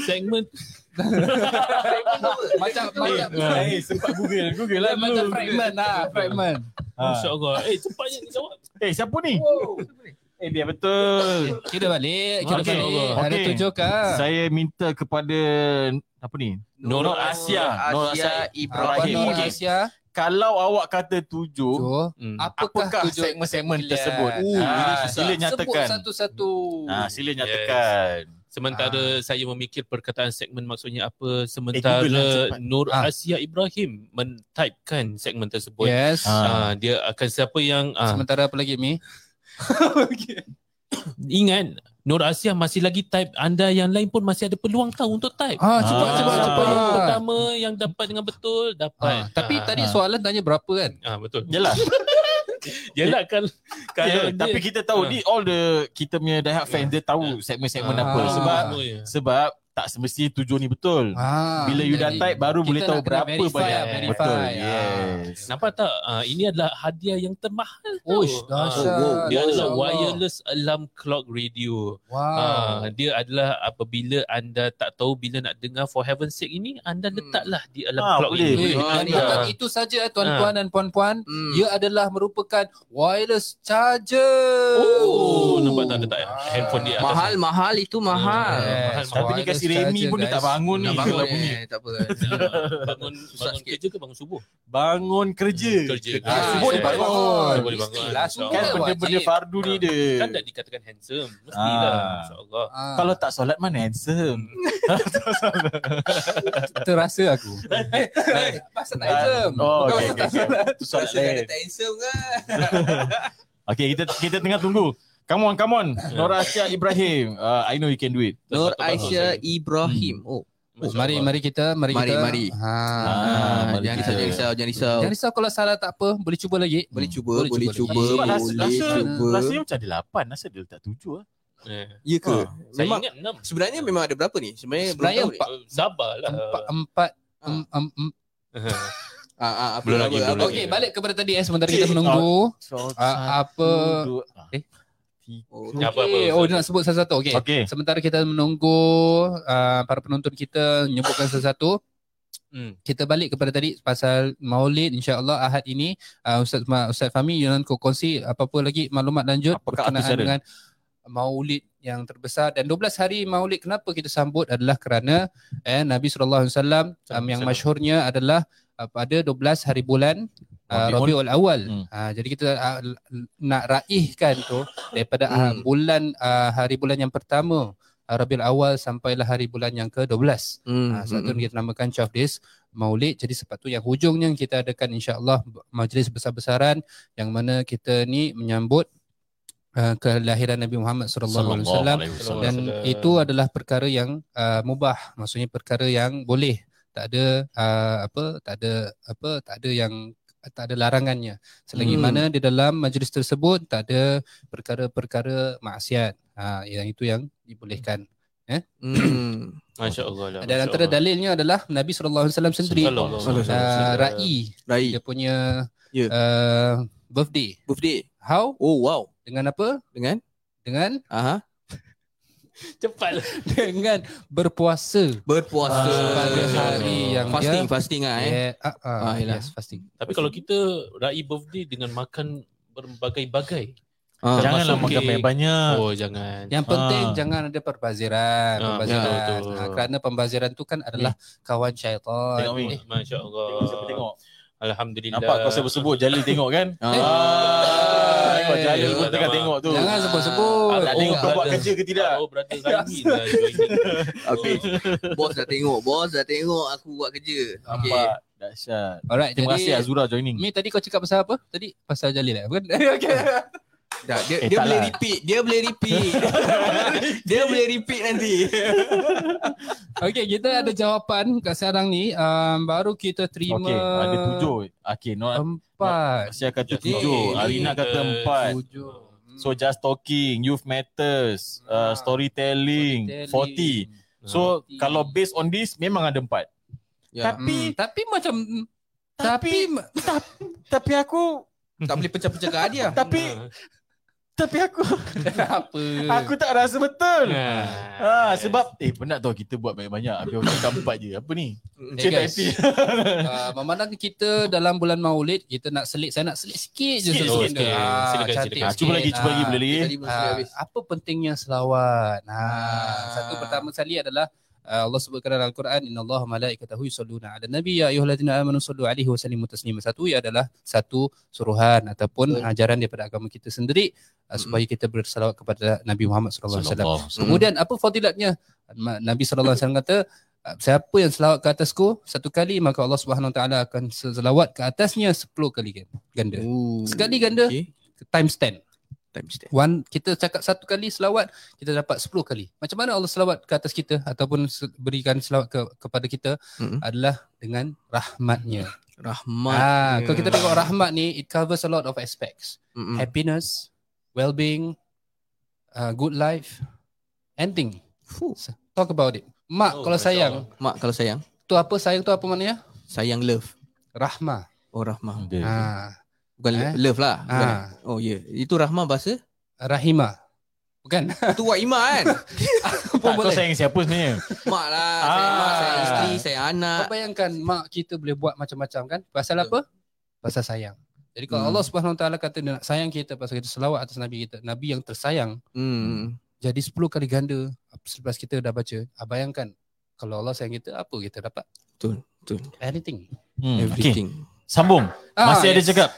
Segmen Segmen tu apa? Macam macam Ah, Eh sempat Google. Google lah. Dia macam dulu. fragment lah, fragment. Ah. Masya Allah. Eh cepatnya dia jawab. Eh siapa ni? Eh dia betul. Kira balik, kira Okey. balik. Hari Okey. tujuh Ha. kan? Saya minta kepada apa ni? Nurul Nurul Asia. Nurul Asia. Abang Ibrahim. Nur Okey. Asia. Kalau awak kata tujuh, Tuh. Hmm. Apakah, apakah tujuh? segmen-sebut Gila. tersebut? Ah, Uh, ini susah. sila nyatakan. Sebut satu-satu. Ah, sila nyatakan. Sementara saya memikir perkataan segmen maksudnya apa Eh, Google lah sementara cepat. Nur Ah. Ya. Asia Ibrahim mentypekan segmen tersebut. Yes. Ah, Ah. dia akan siapa yang ah, Sementara apa lagi Mi? ingat Nur Asia masih lagi type anda yang lain pun masih ada peluang tahu untuk type. cepat, Ah, cepat Ah, cepat cepat, cepat. Yang pertama yang dapat dengan betul dapat. Ah, tapi Ah, tadi ah. soalan tanya berapa kan? ah betul. Jelas. Yalah kalau yeah, Ya, kalau dia, Ya, Kan? tapi kita tahu Ah. ni all the kita punya diehard fans dia tahu segmen-segmen Ah. apa sebab semua ya. sebab tak semesti tujuh ni betul. Ah, Bila you dah jadi type baru kita boleh tahu nak kena berapa verify, banyak. ah, verify, Betul. ah. Yes. Nampak tak? Ah, ini adalah hadiah yang termahal. tau. Ush, Oh, dahsyat. Ah, wow. Dia adalah Masya Allah. wireless alarm clock radio. Wow. Ah, dia adalah apabila anda tak tahu bila nak dengar for heaven sake ini, anda Hmm. letaklah di alarm Ah, ya. clock boleh, ini. Eh, boleh. dan Ah. bukan itu saja eh, tuan-tuan dan puan-puan. Hmm. Ia adalah merupakan wireless charger. Oh, nampak tak ada tak Ah. handphone di atas. Mahal, mahal itu Hmm. mahal. Yes, Mahal, Eh, Tapi ni Eh, Ah, wireless kasi si Remy saja, pun dia guys. tak bangun ni. Nak bangun Ah, eh, tak apa. bangun Susah bangun sikit. kerja ke bangun subuh? Hmm, Bangun kerja. Hmm, Kerja. Ah, subuh dia Yes. bangun. Boleh bangun. Mestilah, Insya-Allah. Kan Boleh benda-benda wajib. fardu ni dia. Kan dah dikatakan handsome. Mestilah. Ah. InsyaAllah. Ah, Kalau tak solat mana handsome. Hmm, terasa aku. Eh, Pasal tak handsome. Eh, Oh, Bukan okay, okay, pasal tak okay. Tu solat Rasa lain. kan tak handsome kan? Okay, kita kita tengah tunggu. Come on, come on. Nora Asia Ibrahim. Uh, I know you can do it. Nur Satu bagus, Aisyah Ibrahim. Oh. Oh, mari mari kita mari, Mari, kita. mari. Ha. Ah, Ah, mari kita. jangan risau, jangan risau, jangan risau. Jangan risau kalau salah tak apa, boleh cuba lagi. Boleh cuba, Boleh boleh cuba, cuba, Sebab boleh rasa, rasa, cuba. rasanya macam ada lapan. Rasa dia letak tujuh lah. Eh, Ya ke? Ah, Saya Memang ingat enam. sebenarnya memang ada berapa ni? Sebenarnya belum Sebenarnya tahu ni. empat. Eh, Ah. Sabarlah. Empat empat em, em, em. Ah, ah, apa Belum apa, lagi, apa, belum Okey, lagi. balik kepada tadi eh sementara kita menunggu ah, apa eh? Oh, Ya, apa, apa, Okey, apa. oh dia nak sebut satu-satu. Okey. Okey. Sementara kita menunggu uh, para penonton kita menyebutkan satu-satu, Hmm. kita balik kepada tadi pasal Maulid insya-Allah Ahad ini uh, Ustaz Ma, Ustaz Fahmi Yunan kau kongsi apa-apa lagi maklumat lanjut Apakah berkenaan artis ada? dengan Maulid yang terbesar dan 12 hari Maulid kenapa kita sambut adalah kerana eh, Nabi sallallahu alaihi wasallam um, yang Salam. masyhurnya adalah uh, pada 12 hari bulan uh, Rabiul- Rabiul Awal. Hmm. Uh, jadi kita uh, l- nak raihkan tu daripada uh, Hmm. bulan uh, hari bulan yang pertama uh, Rabiul Awal sampailah hari bulan yang ke-12. Uh, Hmm, hmm, satu hmm. kita namakan 12 days Maulid. Jadi sebab tu yang hujungnya kita adakan insya-Allah majlis besar-besaran yang mana kita ni menyambut uh, kelahiran Nabi Muhammad sallallahu alaihi wasallam wasallam. dan Wasallam. itu adalah perkara yang uh, mubah maksudnya perkara yang boleh tak ada uh, apa tak ada apa tak ada yang tak ada larangannya selagi Hmm. mana di dalam majlis tersebut tak ada perkara-perkara maksiat ha yang itu yang dibolehkan Hmm. Masya Allah lah. dan antara dalilnya adalah Nabi sallallahu alaihi wasallam sendiri uh, rai Rai, dia punya Ya. uh, birthday birthday. how Oh, wow. dengan apa Dengan? dengan Aha. Cepat lah. dengan berpuasa Berpuasa. pada Ah, hari yang dia Fasting, fasting lah eh. Yeah, uh, uh, Ah, yelah. yes, fasting. Tapi kalau kita raih birthday dengan makan berbagai-bagai. Ah. Janganlah Masuk makan cake. banyak-banyak. Oh jangan. Yang penting Ah. jangan ada perbaziran, Ah, perbaziran. betul, betul. Ah, kerana perbaziran tu kan adalah kawan syaitan. Tengok ni. Eh, Masya Allah. Oh, Tengok, siapa tengok. Alhamdulillah. Nampak kau sebut-sebut Jalil tengok kan? Ah. Ah, tengok Jalil Eh. pun tengah tengok tu. Jangan sebut-sebut. Ah, tak Oh, tengok kau buat brother. kerja ke tidak. Oh brother Raimi lah joining. Okay. Bos dah tengok, bos dah tengok aku buat kerja. Okay. Nampak. Dahsyat. Alright, Terima kasih jadi Azura joining. Mi tadi kau cakap pasal apa? Tadi pasal Jalil eh, bukan? okay. Dah, dia, Eh, dia tak boleh lah. repeat, dia boleh repeat. dia boleh repeat nanti. okay, kita ada jawapan kat sekarang ni. Um, baru kita terima Okey, ada tujuh. Okey, Nora Empat. Asia kata Just tujuh. talking. Arina kata Eh, empat. Tujuh. Hmm, So just talking, youth matters, uh, Ah. storytelling, 40. So kalau based on this memang ada empat. Ya. Tapi tapi Hmm, tapi macam tapi, Tapi- tapi aku Tak boleh pecah-pecahkan hadiah. tapi tapi aku apa? aku tak rasa betul. Ah, Ha, sebab eh penat tau kita buat banyak-banyak. Habis aku cakap empat je. Apa ni? Eh, Cik tak guys. happy. uh, memandang kita dalam bulan Maulid kita nak selit saya nak selit sikit je Sikit, Oh, satu sikit. benda. Okey, Ah, silakan, cantik silakan. Ah, sikit. cuba lagi, cuba lagi, Ah, boleh lagi. Tadi mesti ah, habis. apa pentingnya selawat? Ha, Ah. satu pertama sekali adalah ah, Allah sebutkan dalam Al-Quran inna Allah malaikatahu yusalluna ala nabi ya ayyuhallazina amanu sallu alaihi wa sallimu taslima. Satu ia adalah satu suruhan ataupun Betul. ajaran daripada agama kita sendiri ah, Mm-mm. supaya kita berselawat kepada Nabi Muhammad sallallahu alaihi wasallam. Salam. Kemudian apa fadilatnya? Ma- Nabi sallallahu alaihi wasallam kata "Ah, siapa yang selawat ke atasku satu kali maka Allah Subhanahu Wa taala akan selawat ke atasnya 10 kali gan- ganda. Ooh. Sekali ganda. Okay. Times 10. Time step. One kita cakap satu kali selawat kita dapat 10 kali. Macam mana Allah selawat ke atas kita ataupun se- berikan selawat ke, kepada kita Mm-mm. adalah dengan rahmatnya. Rahmat. Ah, kalau kita tengok rahmat ni it covers a lot of aspects. Mm-mm. Happiness, well-being, uh, good life, ending. Fuh. Talk about it. Oh, Mak oh, kalau Masya sayang, Mak kalau sayang, tu apa sayang tu apa maknanya? sayang love. Rahmah. Oh, rahmah. Ha. Bukan Eh? love lah. Bukan. ha. Oh, ya. Yeah. Itu rahmah bahasa? Rahimah. Bukan. Itu Wak Ima kan? Apa Tak, kau boleh? sayang siapa sebenarnya? mak lah. Sayang mak, Ah. sayang isteri, sayang anak. Kau bayangkan mak kita boleh buat macam-macam kan? Pasal Ah. Betul. apa? Pasal sayang. Jadi kalau Hmm. Allah Subhanahu Wa Taala kata dia nak sayang kita pasal kita selawat atas nabi kita, nabi yang tersayang. Hmm. Jadi 10 kali ganda. selepas kita dah baca, ah, bayangkan kalau Allah sayang kita, apa kita dapat? Betul, betul. Anything. Hmm, okay. Everything. Sambung. Ah, Masih ada yes. cakap.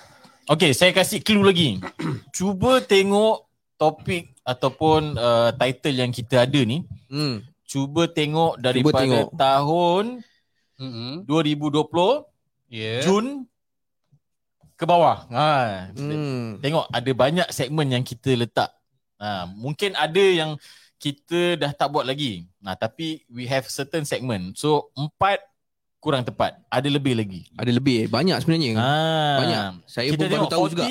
Okay, saya kasih clue lagi. Cuba tengok topik ataupun uh, title yang kita ada ni. Hmm. Cuba tengok daripada Cuba tengok. tengok. tahun Mm-hmm. 2020 Yeah. Jun ke bawah. Ha. Hmm. Tengok ada banyak segmen yang kita letak. Ha, mungkin ada yang kita dah tak buat lagi. Nah, tapi we have certain segment. So empat kurang tepat. Ada lebih lagi. Ada lebih eh. Banyak sebenarnya. Ha. Banyak. Saya kita pun baru tengok tahu 40, juga.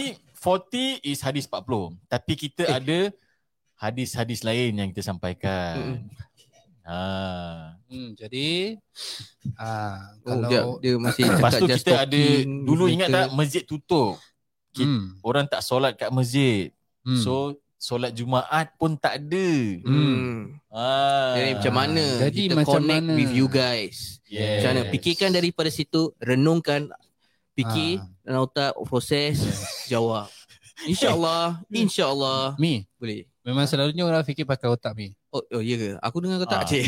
40 is hadis 40. Tapi kita eh. Eh. ada hadis-hadis lain yang kita sampaikan. Ha. Hmm, jadi ah Oh, kalau dia, dia masih cakap Lepas tu just kita ada talking, dulu ingat later. tak masjid tutup. kita- hmm, Orang tak solat kat masjid. hmm. So solat Jumaat pun tak ada. Hmm. Ah. Jadi macam mana Jadi Jadi kita macam macam connect mana? mana? with you guys. Yes. Macam mana? Fikirkan daripada situ, renungkan, fikir, Ah. dalam otak, proses, jawab. InsyaAllah, insyaAllah Mi, boleh. memang selalunya orang fikir pakai otak Mi. Oh, oh ya ke? Aku dengar kau Ah. tak, cik?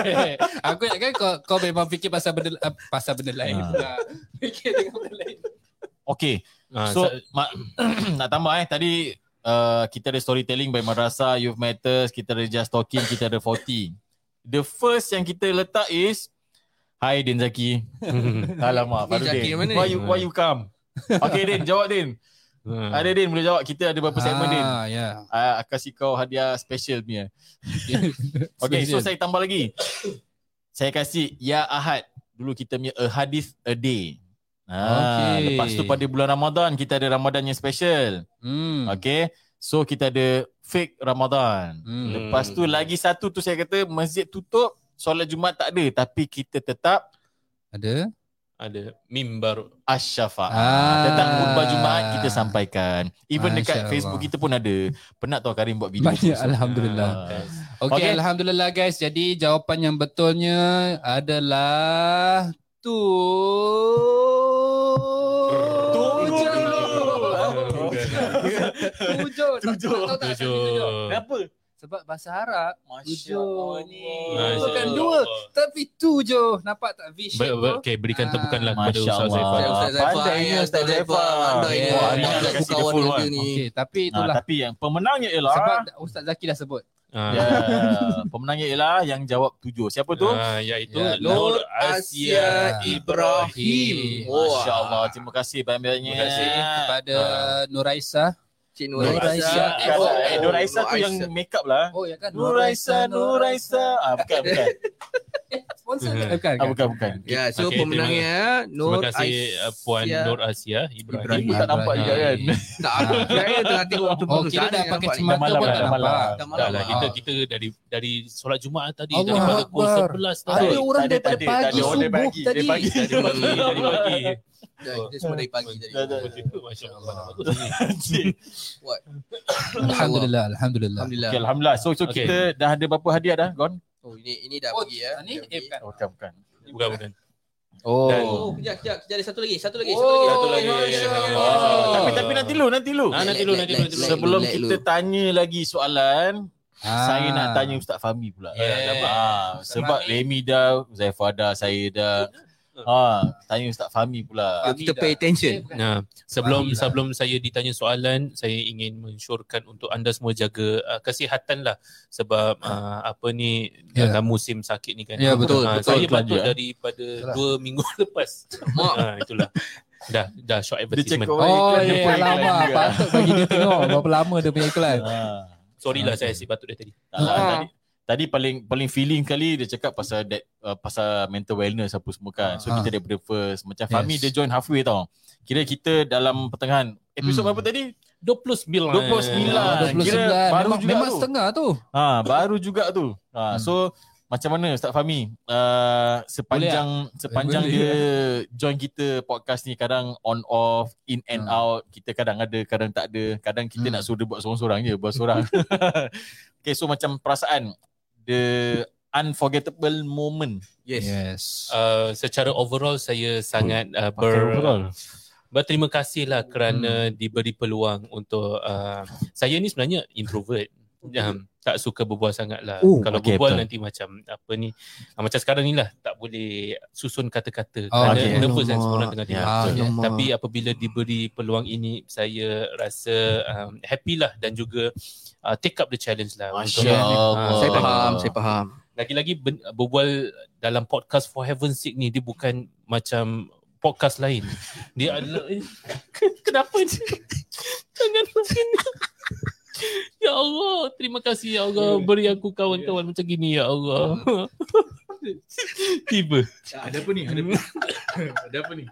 Aku ingatkan kau, kau memang fikir pasal benda ah, pasal benda lain Ah. pula. Fikir dengan benda lain. Okay. Ah, So ma- nak tambah eh tadi uh, kita ada storytelling by Madrasah, Youth Matters, kita ada Just Talking, kita ada 40. The first yang kita letak is Hi Din Zaki. Alamak, Din baru Zaki Din. mana ni? Why you, why you come? Okay Din, jawab Din. Ah. Ada Din, boleh jawab. Kita ada berapa segmen Din? Ah, ya. Uh, aku kasih kau hadiah special punya. Okay, so saya tambah lagi. saya kasih Ya Ahad. Dulu kita punya a hadith a day. Ah, Okay. okay. Lepas tu pada bulan Ramadan, kita ada Ramadan yang special. hmm. Okay. So kita ada fake Ramadan. Hmm. Lepas tu lagi satu tu saya kata masjid tutup, solat Jumaat tak ada tapi kita tetap Ada. ada mimbar Asy-Syafaat. Ah. Tentang khutbah Jumaat kita sampaikan. Even Masya dekat Allah. Facebook kita pun ada. Penat tau Karim buat video. Banyak lah. alhamdulillah. Ah. Okey, okay. Okey. alhamdulillah guys. Jadi jawapan yang betulnya adalah tu. Tujuh. Tujuh. Tak- Tujuh. tak tahu tak Tujuh. tujuh. Kenapa? Sebab bahasa Arab Masya tujuh ni. Allah. Bukan Masya dua, Allah. tapi tujuh. Nampak tak V shape Ber, ber, tu? okay, berikan tepukanlah Masya kepada Ustaz Allah. Zaifah. Ustaz Zaifah, Pandainya ya, Ustaz Ustaz Zaifah. Zaifah. Pandai Yeah. ni. Wah, Pandai Arina nak dah kasi kawan the full dengan dia one. ni. Okey, tapi Ah, itulah tapi yang pemenangnya ialah sebab Ustaz Zaki dah sebut. Ah. ya, pemenangnya ialah yang jawab tujuh. Siapa tu? Ah, iaitu Ya, Nur Nur Asia Asia Ibrahim. Ibrahim. Masya Allah. Oh, Terima kasih banyak-banyak. Terima kasih Kepada Ah. Nuraisa. Cik Nur Nur Aisyah. Aisyah. Oh, Eh, Nur Aisyah tu Nur yang Aisyah. make up lah. Oh ya kan? Nuraisa, Nuraisa. Ah, bukan, bukan. Sponsor Hmm. ke? Eh, bukan. Ah, bukan, bukan. Ya, Okey, so terima- pemenangnya eh, Terima Nur kasih uh, Puan Aisyah. Nur Asia Ibrahim. Ibrahim tak nampak juga kan. Tak, aku kira tengah tengok waktu Oh, pun kira dah pakai Dah cemata malam pun dah, tak dah malam. nampak. Dah malam. Tak lah, kita, Ah. kita dari dari solat Jumaat tadi, Allah daripada pukul Akbar. 11 Ada tadi. Tak orang ada, daripada tak ada, pagi tak ada. Orang dari subuh pagi, tadi. dari pagi. Dari pagi, dari pagi. Kita semua dari pagi tadi. Dah, dah, dah. Masya Allah. bagus ni. Alhamdulillah, alhamdulillah. Alhamdulillah. Okay, Alhamdulillah. So, so Okay. kita dah ada berapa hadiah dah, Gon? Oh, ini ini dah Oh, pergi ya. ni? Eh, Dah pergi. bukan. Oh, bukan, bukan. Bukan, bukan. Oh. Dan- Oh, kejap, kejap, kejap. Ada satu lagi, satu lagi, satu lagi. Satu Oh, lagi. Masya Oh. Allah. Tapi, tapi nanti dulu, nanti dulu. Ah, nanti dulu, nanti dulu, nanti dulu. Sebelum Let kita dulu. tanya lagi soalan, saya nak Ah. tanya Ustaz Fahmi pula. Yeah. Ah, Ustaz sebab Fahmi. Remy dah, Zaifah dah, saya dah. Ah, tanya Ustaz Fahmi pula. Ah, Kita pay attention. Nah, sebelum Alhamdulillah. sebelum saya ditanya soalan, saya ingin mensyorkan untuk anda semua jaga uh, kesihatan lah sebab uh, apa ni Ya. yeah. dalam musim sakit ni kan. Ya, betul, Ah, betul, Saya betul, batuk ya. daripada Itulah. dua minggu lepas. Mak. Ah, itulah. Dah dah short advertisement. cakap- Oh, Iklan dia ya, pun iklan lama. juga. Patut bagi dia tengok berapa lama dia punya iklan. Ah. Sorry lah Okay. saya asyik batuk dia tadi. Tak lah, Ah. tadi, tadi paling paling feeling kali dia cakap pasal that, uh, pasal mental wellness apa semua kan. So Ah. kita daripada first macam Yes. Fahmi dia join halfway tau. Kira kita dalam pertengahan episod Hmm. berapa tadi? 29. 29. Ah, 29. Kira baru Memang, juga memang tu. setengah tu. Ha baru juga tu. Ha Hmm. so macam mana Ustaz Fahmi? Uh, sepanjang sepanjang Boleh. dia join kita podcast ni kadang on off, in and Hmm. out, kita kadang ada, kadang tak ada. Kadang kita Hmm. nak suruh dia buat seorang-seorang je, buat seorang. okay, so macam perasaan the unforgettable moment. Yes. Yes. Uh, secara overall saya sangat uh, Pakai ber, overall. Hmm. berterima kasihlah kerana diberi peluang untuk uh, saya ni sebenarnya introvert um, tak suka berbual sangat lah. Oh, Kalau okay, berbual betul. nanti macam apa ni, ah, macam sekarang ni lah tak boleh susun kata-kata. Oh, kerana okay. nervous kan Alamak. semua orang tengah Ya, dengar. betul. betul. Alamak. Tapi apabila diberi peluang ini, saya rasa um, happy lah dan juga uh, take up the challenge lah. untuk- Masya Allah. Ah, Saya faham, saya faham. Lagi-lagi ben, berbual dalam podcast for heaven's sake ni, dia bukan macam podcast lain. Dia adalah, eh, kenapa ni? Jangan begini. Ya Allah, terima kasih ya Allah beri aku kawan-kawan macam gini ya Allah. Tiba. Ada apa ni? Ada apa, ada apa ni?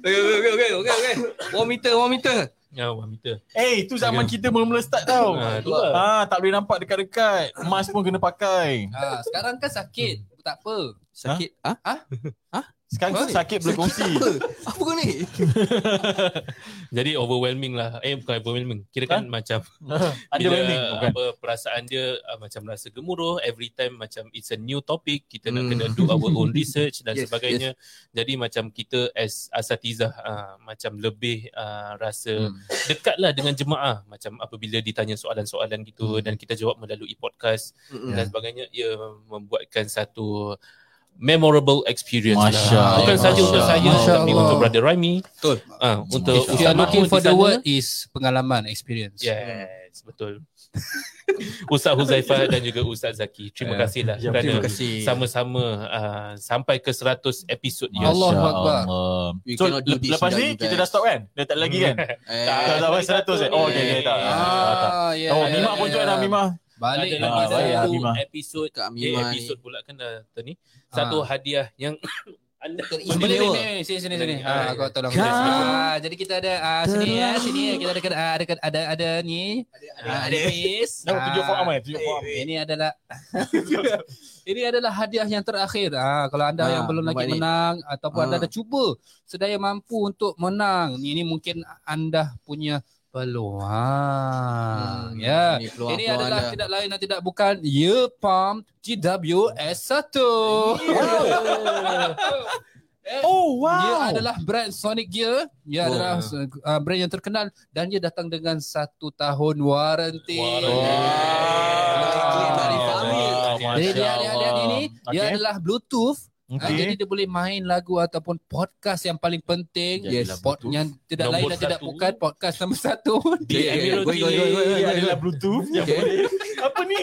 Okay, okay, okay, okay, okay. One meter, one meter. Ya, wah meter. Eh, itu zaman kita mula-mula start tau. Ha, tu lah. Ah, tak boleh nampak dekat-dekat. Mask pun kena pakai. Ha, sekarang kan sakit. Tak apa. Sakit. Ha? Sekarang Baik. sakit boleh kongsi. Apa? Apa kau ni? Jadi overwhelming lah. Eh bukan overwhelming. Kira kan macam Ada bila warning. Bukan. apa perasaan dia uh, macam rasa gemuruh every time macam it's a new topic kita nak Hmm. kena do our own research dan Yes, sebagainya jadi macam kita as asatizah uh, macam lebih uh, rasa Hmm. dekatlah dengan jemaah macam apabila ditanya soalan-soalan gitu dan kita jawab melalui podcast Hmm. dan sebagainya ia membuatkan satu memorable experience Masya lah. bukan Allah. saja untuk saya Masya tapi Allah. untuk brother Raimi Betul. uh, untuk If If you are Ustaz looking Mahmud for di the sana. word is pengalaman, experience. Yes, betul. Ustaz Huzaifah dan juga Ustaz Zaki. Terima Ya. kasihlah Ya, kerana Terima kasih. sama-sama uh, sampai ke 100 episod Masya ya. Allah. Allahu Akbar. Allah. We So, cannot do le- this lepas without ni you kita guys. dah stop kan? Dah tak lagi Hmm. kan? Eh, Tak, tak sampai 100 eh. Oh, okey okey tak. Ah, tak. Ah, yeah. Oh, yeah, Mima pun yeah, join dah yeah. Mima. Ada lagi Ah, Balik lagi baik, lah, satu Abimah. episod Kak eh, Mima ni. episod pula kan dah tu ni. Ah. Satu Ah. hadiah yang anda Boleh Istimewa. boleh boleh. sini sini sini. Ah, Ah, kau tolong. Kau Ah, jadi kita ada ah, sini ya, sini ya. kita ada ada ada ada, ada ni. Ada ada miss. Ah. Dah tujuh form eh, tujuh form. Ini adalah ini adalah hadiah yang terakhir. Ah, kalau anda Ah, yang belum lagi nampak ni. menang ataupun Ah. anda dah cuba sedaya mampu untuk menang, ini mungkin anda punya Ah, peluang. Ya. Hmm, Ni peluang Ini adalah tidak lain dan tidak bukan Yepam GWS1. Oh, Eh, Dia adalah brand Sonic Gear. Dia Oh. adalah uh, brand yang terkenal dan dia datang dengan satu tahun waranti. Oh. Waranti. Wow. Jadi dia dia dia ini dia adalah Bluetooth. Ah, Jadi Okay. dia boleh main lagu ataupun podcast yang paling penting. Ya, Yes. Pod yang tidak lain Nombor dan tidak satu. bukan podcast nombor satu. di Yeah, yeah, yeah. Go, Admiralty go, go, go, go. Dia adalah Bluetooth yang Okay. boleh. Apa ni?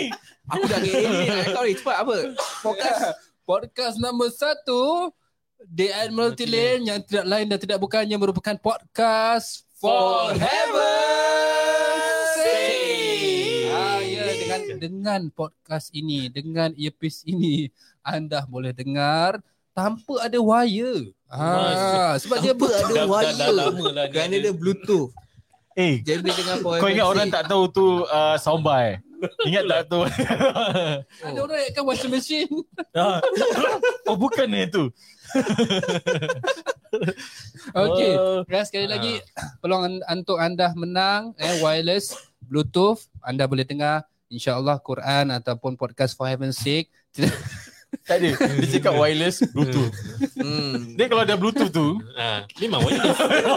Aku dah gelak kau ni cepat apa? Fokus. Podcast nombor satu The Admiralty Lane yang tidak lain dan tidak bukan yang merupakan podcast for heaven's sake. Ah ya dengan dengan podcast ini dengan earpiece ini anda boleh dengar tanpa ada wire. Ah sebab dia Tanpa Dah, dah, ada dah wire. lama lah Kerana dia bluetooth. Eh, Jadi dia dengan power kau ingat orang tak tahu tu uh, soundbar eh? Ingat tak tu? ada orang yang kan washing machine. Ah. oh bukan eh tu. Okey. Oh. Guys sekali lagi peluang an- untuk anda menang eh wireless bluetooth anda boleh dengar insyaallah Quran ataupun podcast for heaven's sake. Tak ada. Dia cakap wireless Bluetooth. Hmm. Dia kalau ada Bluetooth tu, Ah, memang wajib.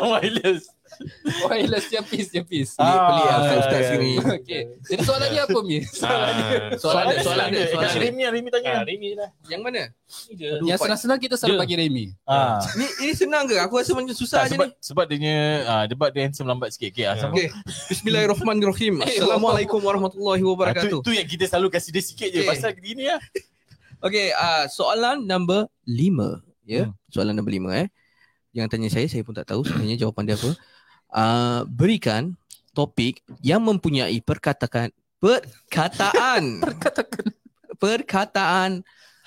wireless. Wireless earpiece earpiece. Pelik pelik lah, Ah, Ustaz Ustaz ya. sini. Okey. Jadi soalannya apa Mi? Ah, Soalan dia, soalan dia, soalan Kasi dia. Remy lah, Remy tanya. ah, Remy lah. Yang mana? Ni je. Yang senang-senang kita selalu Dia. bagi Remy. Ah. Ni ini senang ke? Aku rasa macam Tak, susah je sebab ni. sebab dia punya ah, debat dia handsome lambat sikit. Okay, Ya. ah, sama. Okey. Bismillahirrahmanirrahim. Assalamualaikum warahmatullahi Ah, tu, wabarakatuh. tu yang kita selalu kasi dia sikit je Okay. pasal gini lah. Okey, ah soalan number 5, ya. Hmm. Soalan number 5 eh. Yang tanya saya, saya pun tak tahu sebenarnya jawapan dia apa. Ah berikan topik yang mempunyai perkataan perkataan perkataan perkataan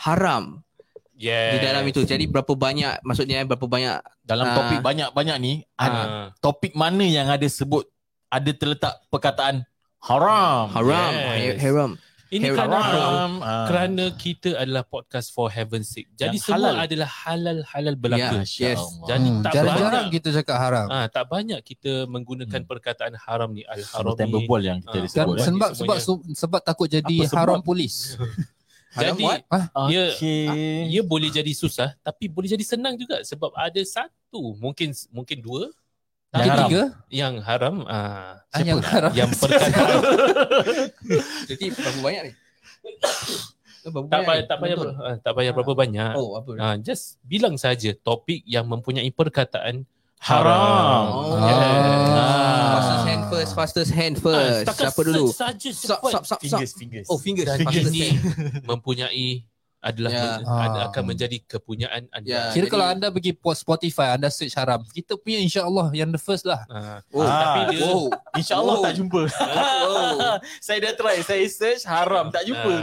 haram Yes. di dalam itu. Jadi berapa banyak maksudnya eh, berapa banyak Dalam Ah. topik banyak-banyak ni, kan? ada Ah. topik mana yang ada sebut ada terletak perkataan haram. haram Yes. haram. Ini Haram. kerana haram. Ah. Kerana kita adalah podcast for heaven's sake. Jadi Yang semua halal. adalah halal-halal belaka. Ya, yes. Allah. Jadi tak Hmm. Jarang-jarang banyak kita cakap haram. Ah, tak banyak kita menggunakan Hmm. perkataan haram ni Semua al-haram time ni. berbual yang kita Ah. ada Dan sebut. eh. Kan- sebab Semuanya. sebab su- sebab takut Apa jadi sebab? haram polis. Jadi Haram Ah, Ya. Okay. ia boleh jadi susah tapi boleh jadi senang juga sebab ada satu mungkin mungkin dua Yang haram. Ketiga, Yang haram ah, ah, yang haram. yang perkataan Jadi berapa banyak ni? Eh, berapa tak banyak payah ni? tak payah Betul. ber- ah, tak payah berapa banyak. Oh, apa? Ah, just bilang saja topik yang mempunyai perkataan Haram. haram. Oh, Ah. yeah. Fastest hand first, fastest hand Ah, Ah. first. setakat Eh, Siapa dulu? search Saja Sub, cepat. sub, sub, sub. Fingers, fingers. Oh, fingers. dan Fastest ini hand. mempunyai adalah Ya. yeah. Ah. akan menjadi kepunyaan anda. Ya. Kira Jadi- kalau anda pergi po- Spotify anda search haram. Kita punya insya-Allah yang the first lah. Ah, Oh, Ah. tapi dia wow. InsyaAllah Oh. tak jumpa. Oh. saya dah try. Saya search haram. Tak jumpa.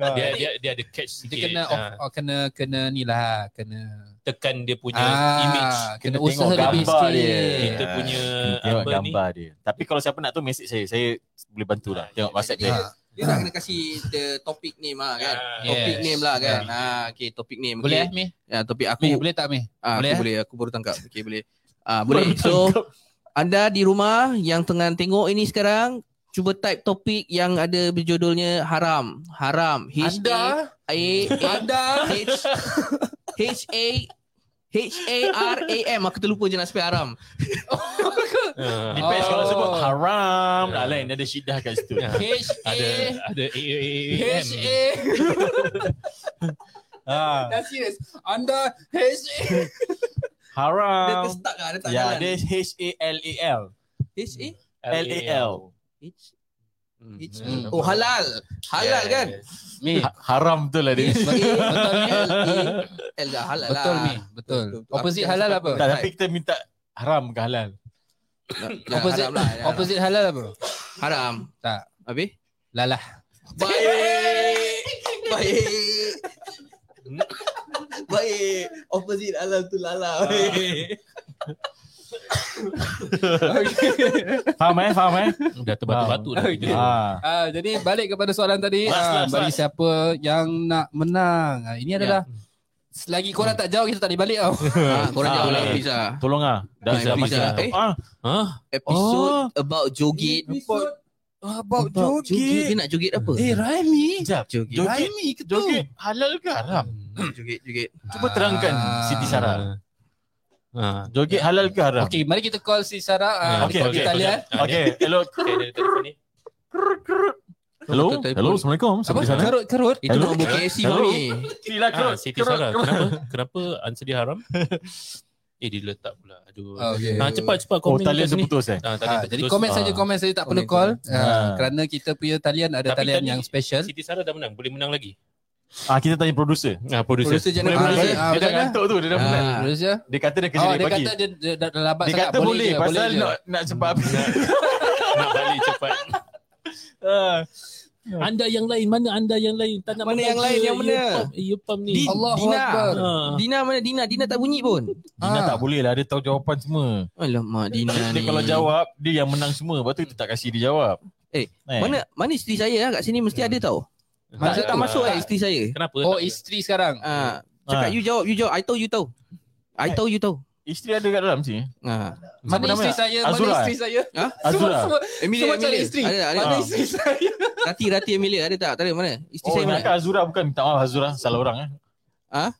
Ah, dia, dia dia ada catch Kita sikit. kena Ah, off, oh, kena kena ni lah, kena tekan dia punya ah, image. Kena kena, usaha tengok lebih gambar sikit. dia. Kita Ah. punya Kena tengok uh, apa ni? gambar dia. Tapi kalau siapa nak tahu mesej saya, saya boleh bantu lah. Ah, Tengok ya, WhatsApp jadi- saya. Dia nak kena kasih the topic name lah kan. Ah, Topic yes. name lah kan. Ah, okay, topic name. Boleh eh, Okay. Mi? Ya, topik Mi, aku. boleh tak Mi? Ah, Boleh, eh? boleh, aku boleh. Aku baru tangkap. Okay, boleh. Ah, boleh. So, anda di rumah yang tengah tengok ini sekarang, cuba type topik yang ada berjudulnya haram. Haram. H A Anda H H A H A R A M. Aku terlupa je nak spell haram. Ah, Depends kalau Oh. sebut haram. Ya. Dah lain. Dia ada syidah kat situ. Ya. H A ada ada A A A A H M. A Ah, Dah serius Anda H A Dia haram. terstuck lah. Dia tak Ya, jalan. dia H-A-L-A-L. H A L-A-L. H H H Hmm. Ya, Oh halal. Halal kan? Mi Ha- Haram betul lah dia. Betul Mi L A L dah halal ya, lah. Betul Mi Betul Opposite Aku halal jangan apa? tak, tapi kita minta haram ke halal. Ya, Opposite- haram lah. ya, haram. Opposite halal apa? Lah, Haram. Tak. Habis? Lalah Baik. Baik. Baik. Opposite halal tu lala. Faham eh? Faham eh? Dah terbatu-batu dah. Okay. kita. Ah. Ah, jadi balik kepada soalan tadi Last, ah, last, Bagi last. siapa yang nak menang ah, Ini adalah Selagi korang tak jawab Kita tak boleh balik tau Ha, korang Ah, jawab lah boleh. Hafiz lah. Tolong ah. Dah Pizza, dah pizza. macam Eh? ah. Ah, Episode Oh. about joget. About Dia nak joget apa? Eh Raimi Sekejap. Joget. Joget. Raimi ketua Joget halal ke haram? Hmm. Joget, joget. Cuba terangkan Siti Sarah. Ah. Joget halal ke haram? Okay, mari kita call si Ah, Sarah uh, Ya, okey, okay, okey, okay, talian. Okay. Hello. Okay, dari telefon ni. Hello. Betul, telefon. Hello. Assalamualaikum. Apa? Sampai sana. Karut, karut. Itu Hello? nombor KFC Hello? mami. Sila Ah, Siti Sarah. Kenapa? Kenapa answer dia haram? Eh, dia letak pula. Aduh. Okay. Ah, cepat cepat Oh, komen kat talian sini. terputus eh. Ah, talian Ah, terputus. jadi komen Ah. saja, komen saja tak perlu Komen, call. Ah. Ah, kerana kita punya talian ada Tapi talian tadi- yang special. Siti Sarah dah menang. Boleh menang lagi. Ah, kita tanya producer. Ah, producer. Producer Boleh jangan Ah, producer. ah, Dia dah macam mana? ngantuk tu, dia dah penat. Ah. Terus ya. Dia kata dia kerja Oh, dari dia pagi. kata dia, dia dah, dah lambat Dia sangat. kata boleh, je, pasal je. nak nak cepat habis. Nak, nak balik cepat. Ah. Anda yang lain mana anda yang lain? Tak nak Mana menang yang lain, ke? yang mana? You pump, you pump ni. Di- Allahu Dina. Akbar. Ah. Dina mana Dina? Dina tak bunyi pun. Dina Ah. tak boleh lah, dia tahu jawapan semua. Alamak Dina Dia ni. kalau jawab, dia yang menang semua. Lepas tu kita tak kasi dia jawab. Hmm. Eh, Mana mana isteri saya lah kat sini mesti ada tau. Mana Tak, tak tahu? masuk lah eh. isteri saya. Kenapa? Oh, Tak- isteri sekarang. Ah, cakap you jawab, you jawab. I tahu you tahu. I tahu you tahu. Isteri ada kat dalam sini. Ah. siapa Mana isteri nama? saya? Mana Azura, isteri saya? Ha? Semua, Azura. semua, Emilia, semua cari Emilia. isteri. Ada, ada. Mana Ah. isteri saya? Rati, Rati Emilia ada tak? Tak ada mana? Isteri Oh, saya mana? nak Azura bukan. Minta maaf Azura, salah orang eh. Ah?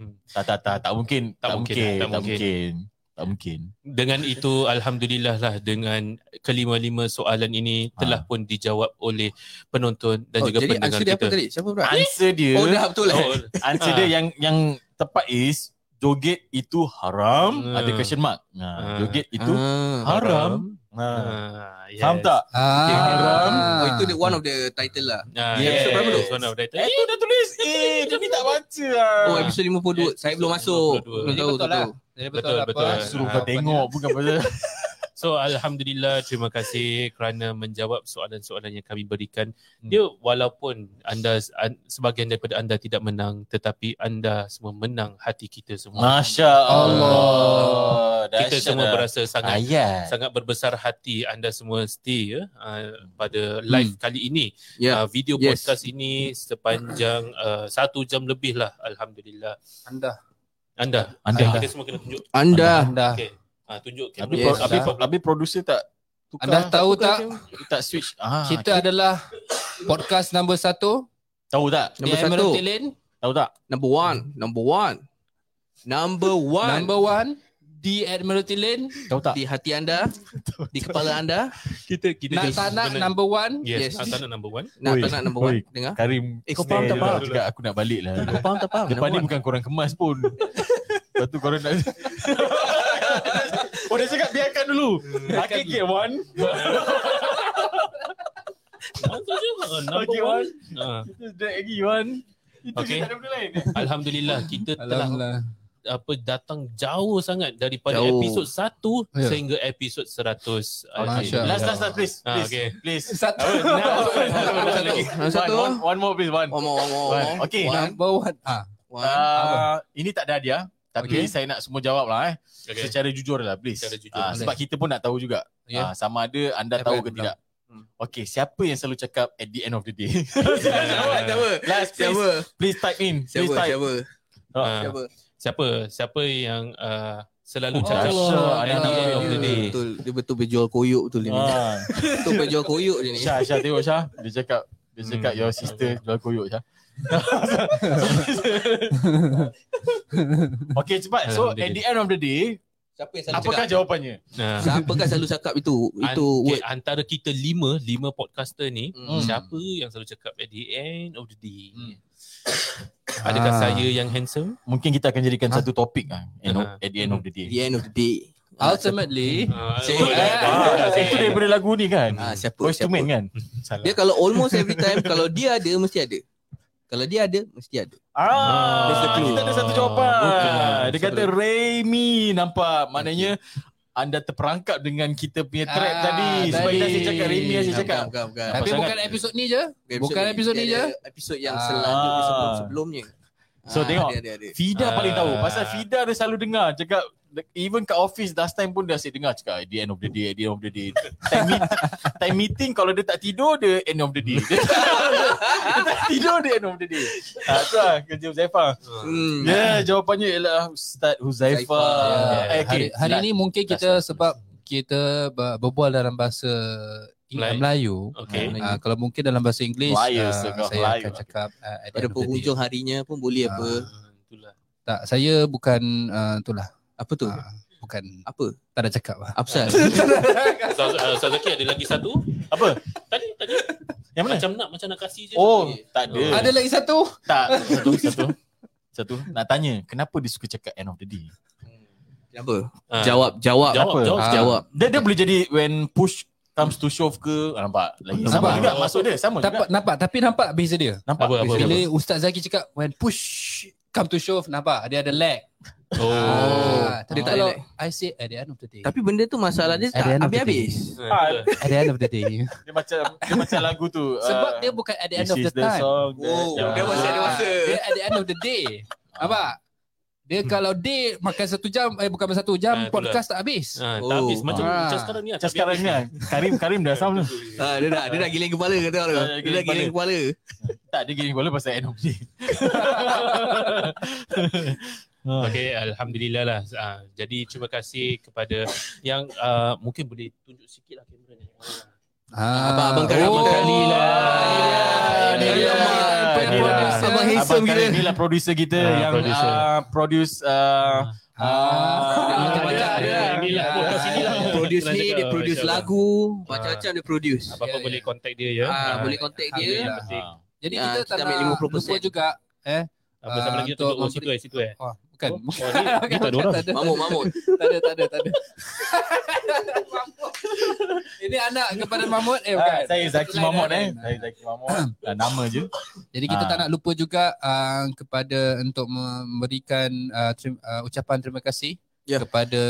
Hmm. Tak, tak, tak, tak mungkin. Tak Tak mungkin, mungkin, tak tak mungkin. mungkin. Tak mungkin. Dengan itu alhamdulillah lah dengan kelima-lima soalan ini Ah. telah pun dijawab oleh penonton dan Oh, juga jadi pendengar answer dia apa kita. tadi? Siapa pula? Answer dia, Oh, dah betul lah. Oh, answer dia yang yang tepat is joget itu haram. Hmm. Ada question mark. Ah. Ha, joget itu Ah. haram. Ha. ah, yes. Faham tak? Okay, haram. Ah. Oh, itu the one of the title lah. Ah, Yes. yes. Berapa tu? Soalan dah Eh, tu dah tulis. Eh, dia tak baca lah. Oh, episode 52. Saya belum masuk. 52. Belum tahu, Betul tak lah. tahu. Jadi Betul, eh, apa? Ah, betul. Suruh kau tengok pun kau pasal. So alhamdulillah terima kasih kerana menjawab soalan-soalan yang kami berikan. Hmm. Dia walaupun anda an, sebahagian daripada anda tidak menang tetapi anda semua menang hati kita semua. Masya Allah. Allah. kita semua berasa sangat ayat. sangat berbesar hati anda semua stay ya uh, Hmm. pada live kali ini uh, Ya. video Yes. podcast ini sepanjang uh, satu jam lebih lah alhamdulillah Anda. anda Anda. Ah, kita semua kena tunjuk Anda. Anda. okey uh, tunjuk Tapi kamera Yes. yes, tapi, tapi producer tak tukar. Anda tahu tak? Dia tak switch. Ah, Kita adalah podcast nombor satu tahu tak? di Nombor satu. Admiralty Lane. Tahu tak? Number one. Number one. Number one. Number one di Admiralty Lane Tahu tak? Di hati anda, di kepala anda, Kita kita nak tak nak number one Yes, Yes. yes. tanah number one. nak Oi, tak nak number oi. one. Dengar. Karim Eh, kau faham tak Snail faham? Cakap aku nak balik lah Kau faham tak faham? Depan ni bukan korang kemas pun Lepas tu korang nak Oh dia cakap biarkan dulu Okay okay one Mantap je. Ah, Number Okay, one. Ah, Drag lagi one Itu Okay. okay. tak ada benda lain Alhamdulillah kita telah Alhamdulillah apa datang jauh sangat daripada Jauh. episod 1 Ya. Ah, yeah. sehingga episod 100. Masya Allah. Last last last please Ah, Please okay. Please Satu Apa? Nak masuk, nak masuk, Satu, nak lagi. satu. One, one, one more please one One more, one more, one One. more. Okay. One, Number one ah, one. Uh, ini tak ada hadiah tapi Okay. saya nak semua jawab lah eh. Okay. Secara jujur lah please. Secara jujur. Ah, sebab kita pun nak tahu juga. Ya. Yeah. Ah, sama ada anda Apa tahu yang ke tahu? tidak. Hmm. Okay, siapa yang selalu cakap at the end of the day? Siapa, siapa? Last please, Siapa? please type in. Please Siapa, type. siapa? Ah, Siapa? siapa siapa yang ah, selalu Oh, cakap at Syah, ada the nama end of the dia. day. Betul, dia betul berjual koyok betul dia. ni. Ah, Betul berjual koyok dia ni. Syah, Syah tengok Syah. Dia cakap dia Hmm. cakap your sister jual koyok Syah. okay cepat. So at the end of the day, Siapa yang selalu apakah cakap? jawapannya? Ah. Siapa kan selalu cakap itu? Itu An- okay, word. antara kita lima lima podcaster ni Hmm. siapa yang selalu cakap at the end of the day Hmm. adakah Ah. saya yang handsome Mungkin kita akan jadikan Hah? satu topik ah, you know, Ah. at the end of the day. The end of the day. Ultimately Ah, Saya- betul lah. Ah, itu Saya- daripada lagu ni kan. Ah, siapa? Voice to siapa? man kan? Salah. Dia kalau almost every time kalau dia ada mesti ada. Kalau dia ada mesti ada. Ah, That's the clue. kita Ah, ada satu jawapan. Bukan. Dia kata Remy nampak. Maknanya anda terperangkap dengan kita punya track Ah, tadi. Sebab tadi. kita asyik cakap Remy asyik Bukan, cakap. Bukan, bukan, bukan. Tapi sangat? bukan episod ni je Bukan episod ni Dia je ada Episod yang Ah. selalu sebelum sebelumnya. Ah, So, tengok. Ada, ada, ada. Fida paling tahu. Ah. Pasal Fida dia selalu dengar cakap Even kat office last time pun dia asyik dengar cakap at the end of the day, at the end of the day. time, meet, time meeting kalau dia tak tidur, dia end of the day. dia tak tidur, dia end of the day. Ah, tu lah kerja Huzaifah. Ya, Hmm. yeah, jawapannya ialah Ustaz Huzaifah. Huzaifah. Eh, Ya, hari, hari silat. ni mungkin kita sebab kita ber- berbual dalam bahasa Melayu. Melayu. Melayu. Okay. Ah, kalau mungkin dalam bahasa Inggeris Melayu, ah, suka saya Melayu. akan cakap ah, at the end of the Pada day. penghujung harinya pun boleh Ah. apa. itulah Tak, saya bukan uh, itulah. Apa tu? Ah, bukan Apa? tak nak cakap lah. Apsal. Ustaz ah, Ustaz Zaki ada lagi satu Apa? tadi tadi Yang mana? macam nak macam nak kasih je Oh, tak ada. Ada lagi satu. Tak. Satu, satu. Satu. Nak tanya, kenapa dia suka cakap end of the day? Kenapa? Ah. Jawab, jawab. jawab apa? jawab Ah. Jawab. Dia, dia boleh jadi when push comes to shove ke? Ah, nampak? Lagi sama Nampak. juga. Masuk dia, sama Nampak, juga. nampak tapi nampak beza dia. Nampak? Apa, apa, Bila Ustaz Zaki cakap when push come to shove nampak dia ada lag. oh Ah, tapi Dia tak kalau ada I say at the end of the day. Tapi benda tu masalah dia At the tak end of the habis-habis. Ah, itulah. at the end of the day. Dia macam dia macam lagu tu. uh, Sebab dia bukan at the end of the time. Oh, dia masih ada masa. Dia at the end of the day. Apa? Dia kalau day makan satu jam eh bukan satu Ah, jam itulah. podcast tak habis. Ah, Oh. tak habis macam Ah. macam sekarang ni ah, Macam tak sekarang ni habis. kan. Karim, Karim dah sama. Ah, dia dah, dia dah giling kepala kata orang. Ah, Dia dah giling giling kepala. Tak, dia gini bola pasal end of the day. Okey, alhamdulillah lah. Ah, jadi terima kasih kepada yang ah, mungkin boleh tunjuk sikit lah kamera ni. Ah, Abang-abang Karim, abang Karim lah. Ah, Dia dia. Dia lah. Dia lah. producer. Abang Handsome Abang Karim gila. ni lah producer kita Ah, yang producer. ah, produce ah, Ah, Ah, dia, macam-macam dia. dia, dia. Ah, Kat sini lah. Produce ni, Macam dia produce macam- lagu, macam-macam dia produce. Apa-apa Ya, ya. boleh contact dia ya. Ah, boleh contact dia. Alhamdulillah. Ya. penting. Jadi Ah, kita, kita tak ambil nak lupa 50%. juga Apa sama Ah, lagi untuk tunjuk oh, situ eh situ eh. Oh, bukan. Oh, Bukan. oh, ni- ni tak ada orang. Tak ada, Mamut, mamut. tak ada, tak ada, tak ada. Ini anak kepada Mahmud eh bukan. Ah, saya Zaki Lain, Mahmud eh. lain, lain. Saya Zaki Mahmud. Ah, nama je. Jadi kita Ah. tak nak lupa juga uh, kepada untuk memberikan uh, terim, uh, ucapan terima kasih Ya. kepada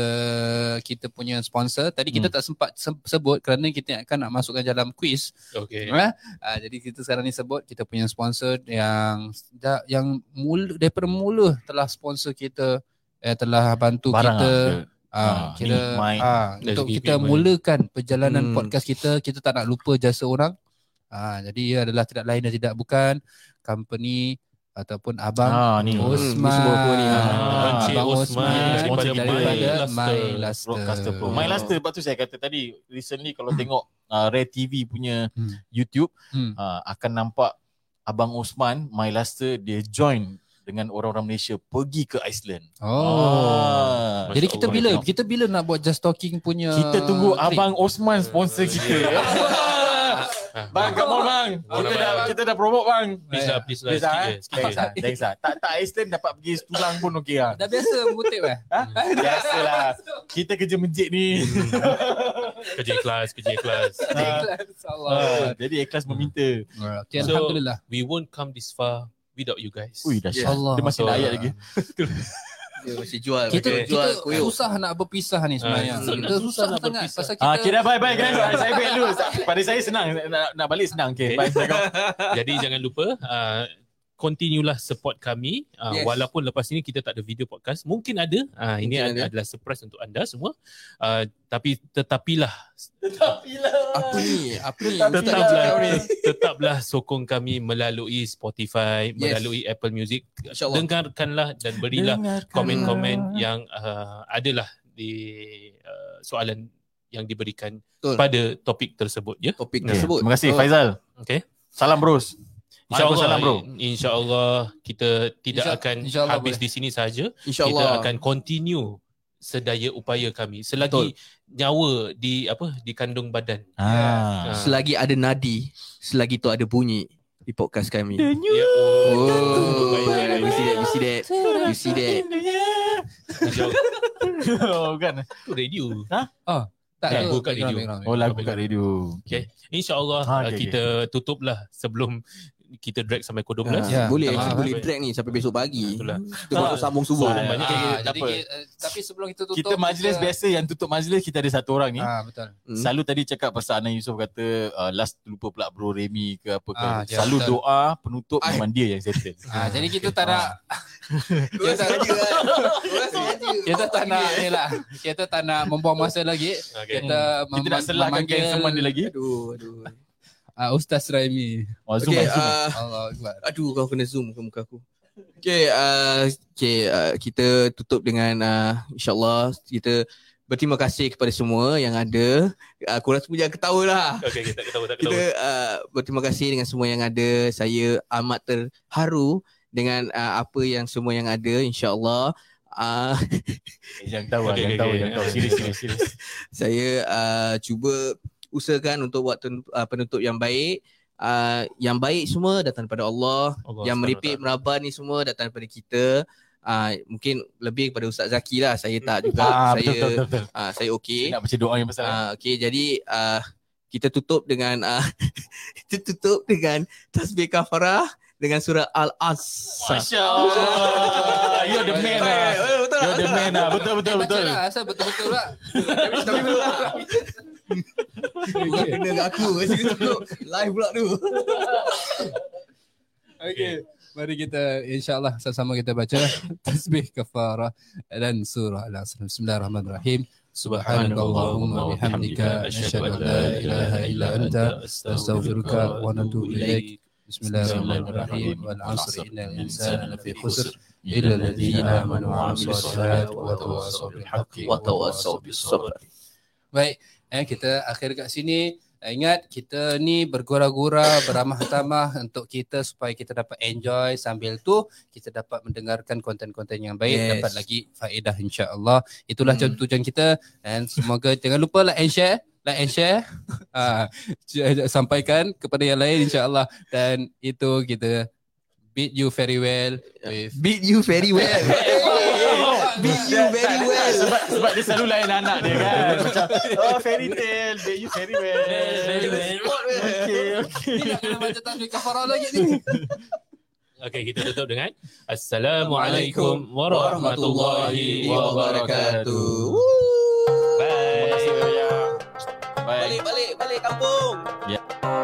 kita punya sponsor. Tadi Hmm. kita tak sempat se- sebut kerana kita akan nak masukkan dalam quiz. Okey. Yeah. Uh, jadi kita sekarang ni sebut kita punya sponsor yang dah, yang mula daripada mula telah sponsor kita eh, telah bantu Barang kita lah. ah. Ah, Ah, kira ni mic. ah, Dari untuk segi kita equipment. mulakan perjalanan Hmm. podcast kita, kita tak nak lupa jasa orang. Ah, jadi ia adalah tidak lain dan tidak bukan company ataupun abang Ah, ni. Oh, Osman. ni semua aku ni, ah. Encik abang Osman Osman, daripada daripada My My Luster. Luster. Roadcaster Pro. Oh. My Luster sebab tu saya kata tadi recently Hmm. kalau tengok uh, Rare TV punya Hmm. YouTube Hmm. uh, akan nampak Abang Osman My Luster dia join dengan orang-orang Malaysia pergi ke Iceland. Oh. Ah. Jadi kita Masya bila Allah. kita bila nak buat just talking punya Kita tunggu trip? Abang Eh, Osman sponsor kita. bang, kat mall bang. Mall, Kita bang. dah, kita dah promote bang. Ah, Please lah, please lah. Please sikit lah, je, eh. sikit Thanks je. lah, thanks lah. Tak, tak Iceland dapat pergi tulang pun okey lah. Dah biasa mengutip eh. Ha? Biasalah. Kita kerja menjik ni. Hmm. Kerja ikhlas, kerja ikhlas. Oh. Insyaallah. Ah, Jadi ikhlas meminta. Okay, So- alhamdulillah. We won't come this far without you guys. Ui, dahsyat. Allah. Dia masih So, nak ayat lagi. Dia masih jual. Kita dia kita jual koyok. susah nak berpisah ni sebenarnya. Ah, susah- Kita susah sangat pasal Ah, kita okay dah bye bye guys. saya baik dulu. Pada saya senang nak, nak balik senang. Okay, bye. ah, Jadi jangan lupa uh, continue lah support kami uh, Yes. yes. walaupun lepas ini kita tak ada video podcast mungkin ada uh, ini ad- Mungkin ada. adalah surprise untuk anda semua uh, tapi tetapilah Apa ni? Apa ni? lah, tetaplah tetaplah sokong kami melalui Spotify Yes. melalui Apple Music InsyaAllah. dengarkanlah dan berilah komen-komen yang uh, adalah di uh, soalan yang diberikan Betul. pada topik tersebut ya Topik Okay. tersebut. Hmm. Terima kasih Oh, Faizal. okey Salam bros. InsyaAllah Waalaikumsalam, bro. InsyaAllah kita tidak Insya- akan insyaAllah habis boleh. di sini saja. InsyaAllah. Kita akan continue sedaya upaya kami selagi nyawa di apa di kandung badan. Ah. Selagi ada nadi, selagi tu ada bunyi di podcast kami. Ya, Oh, oh. you see that, you see that, you see that. Jauh. Oh, bukan. Itu radio. tak Lagu kat ada background- radio. background. Eh, Oh, lagu kat radio. Okay. InsyaAllah Ah, ah, okay, kita tutuplah sebelum kita drag sampai pukul 12. Ya. Ah, Tak Boleh, actually apa. boleh drag ni sampai besok pagi. Itulah. Kita masuk sambung subuh. Soalan banyak. Okay, Ah, okay, tak jadi apa. ki- eh, tapi sebelum kita tutup Kita majlis biasa yang tutup majlis kita ada satu orang ni. Ah betul. Hmm. Selalu tadi cakap pasal Anan Yusof kata uh, last lupa pula bro Remy ke apa ke. Ah, ya, Selalu betul. doa penutup Ai. memang dia yang settle. Ah jadi kita tak nak Dia sengaja kan? Dia sengaja. kita tak nak ni lah. Kita tak nak membuang masa lagi. Okay. Kita Kita nak selahkan geng semua dia lagi. Aduh, aduh. Ah Ustaz Raimi. Oh, Zoom, Okay, Zoom. ah, Allah Akbar. Aduh kau kena zoom ke muka aku. Okay, uh, okay uh, kita tutup dengan uh, insyaAllah kita berterima kasih kepada semua yang ada. Uh, korang semua jangan ketawa lah. Okay, okay, tak ketawa, tak Kita ketawa. uh, berterima kasih dengan semua yang ada. Saya amat terharu dengan uh, apa yang semua yang ada insyaAllah. Uh, Eh, Jangan tahu, Okay, jangan okay, tahu, okay. jangan tahu. Serius, serius, serius. saya uh, cuba usahakan untuk buat ten, uh, penutup yang baik. Uh, yang baik semua datang daripada Allah. Allah yang SWT. meripik meraba ni semua datang daripada kita. Ah mungkin lebih kepada Ustaz Zaki lah. Saya tak juga. Ah, betul, saya betul, betul, betul. ah, saya Saya okey. nak baca doa yang pasal. Ah okey jadi ah kita tutup dengan ah kita tutup dengan tasbih kafarah dengan surah Al-As. Masya Allah. You're the man lah. eh, Betul You're the man uh, lah. Betul, betul, Baca betul. lah asal betul-betul lah. Bukan kena dengan aku. Tutup live pula tu. Okay. Mari kita insyaAllah sama-sama kita baca Tasbih kafarah dan surah Al-Asr. Bismillahirrahmanirrahim. Subhanakallahumma wa bihamdika asyhadu an la ilaha illa anta astaghfiruka wa atubu ilaik. Bismillahirrahmanirrahim. Wal 'asri innal insana lafi khusr illa alladhina amanu wa 'amilus salihati wa tawassaw bil haqqi wa tawassaw bis sabr. Baik, eh, kita akhir kat sini. Eh, Ingat kita ni bergurau-gurau, beramah-tamah untuk kita supaya kita dapat enjoy sambil tu kita dapat mendengarkan konten-konten yang baik, Yes. yes. dapat lagi faedah insya-Allah. Itulah hmm. Hmm. tujuan kita and semoga jangan lupa like and share, like and share. Ah, j- sampaikan kepada yang lain insya-Allah dan itu kita beat you very well with Beat you very well. Beat you very well. Sebab, sebab dia selalu lain anak dia kan. Macam, oh fairy tale. Did you very well. Very well. Okay, Ni nak kena baca tasbih kafarah lagi ni. Okey, kita tutup dengan Assalamualaikum warahmatullahi wabarakatuh. Terima kasih banyak. Bye. Balik, balik, balik kampung.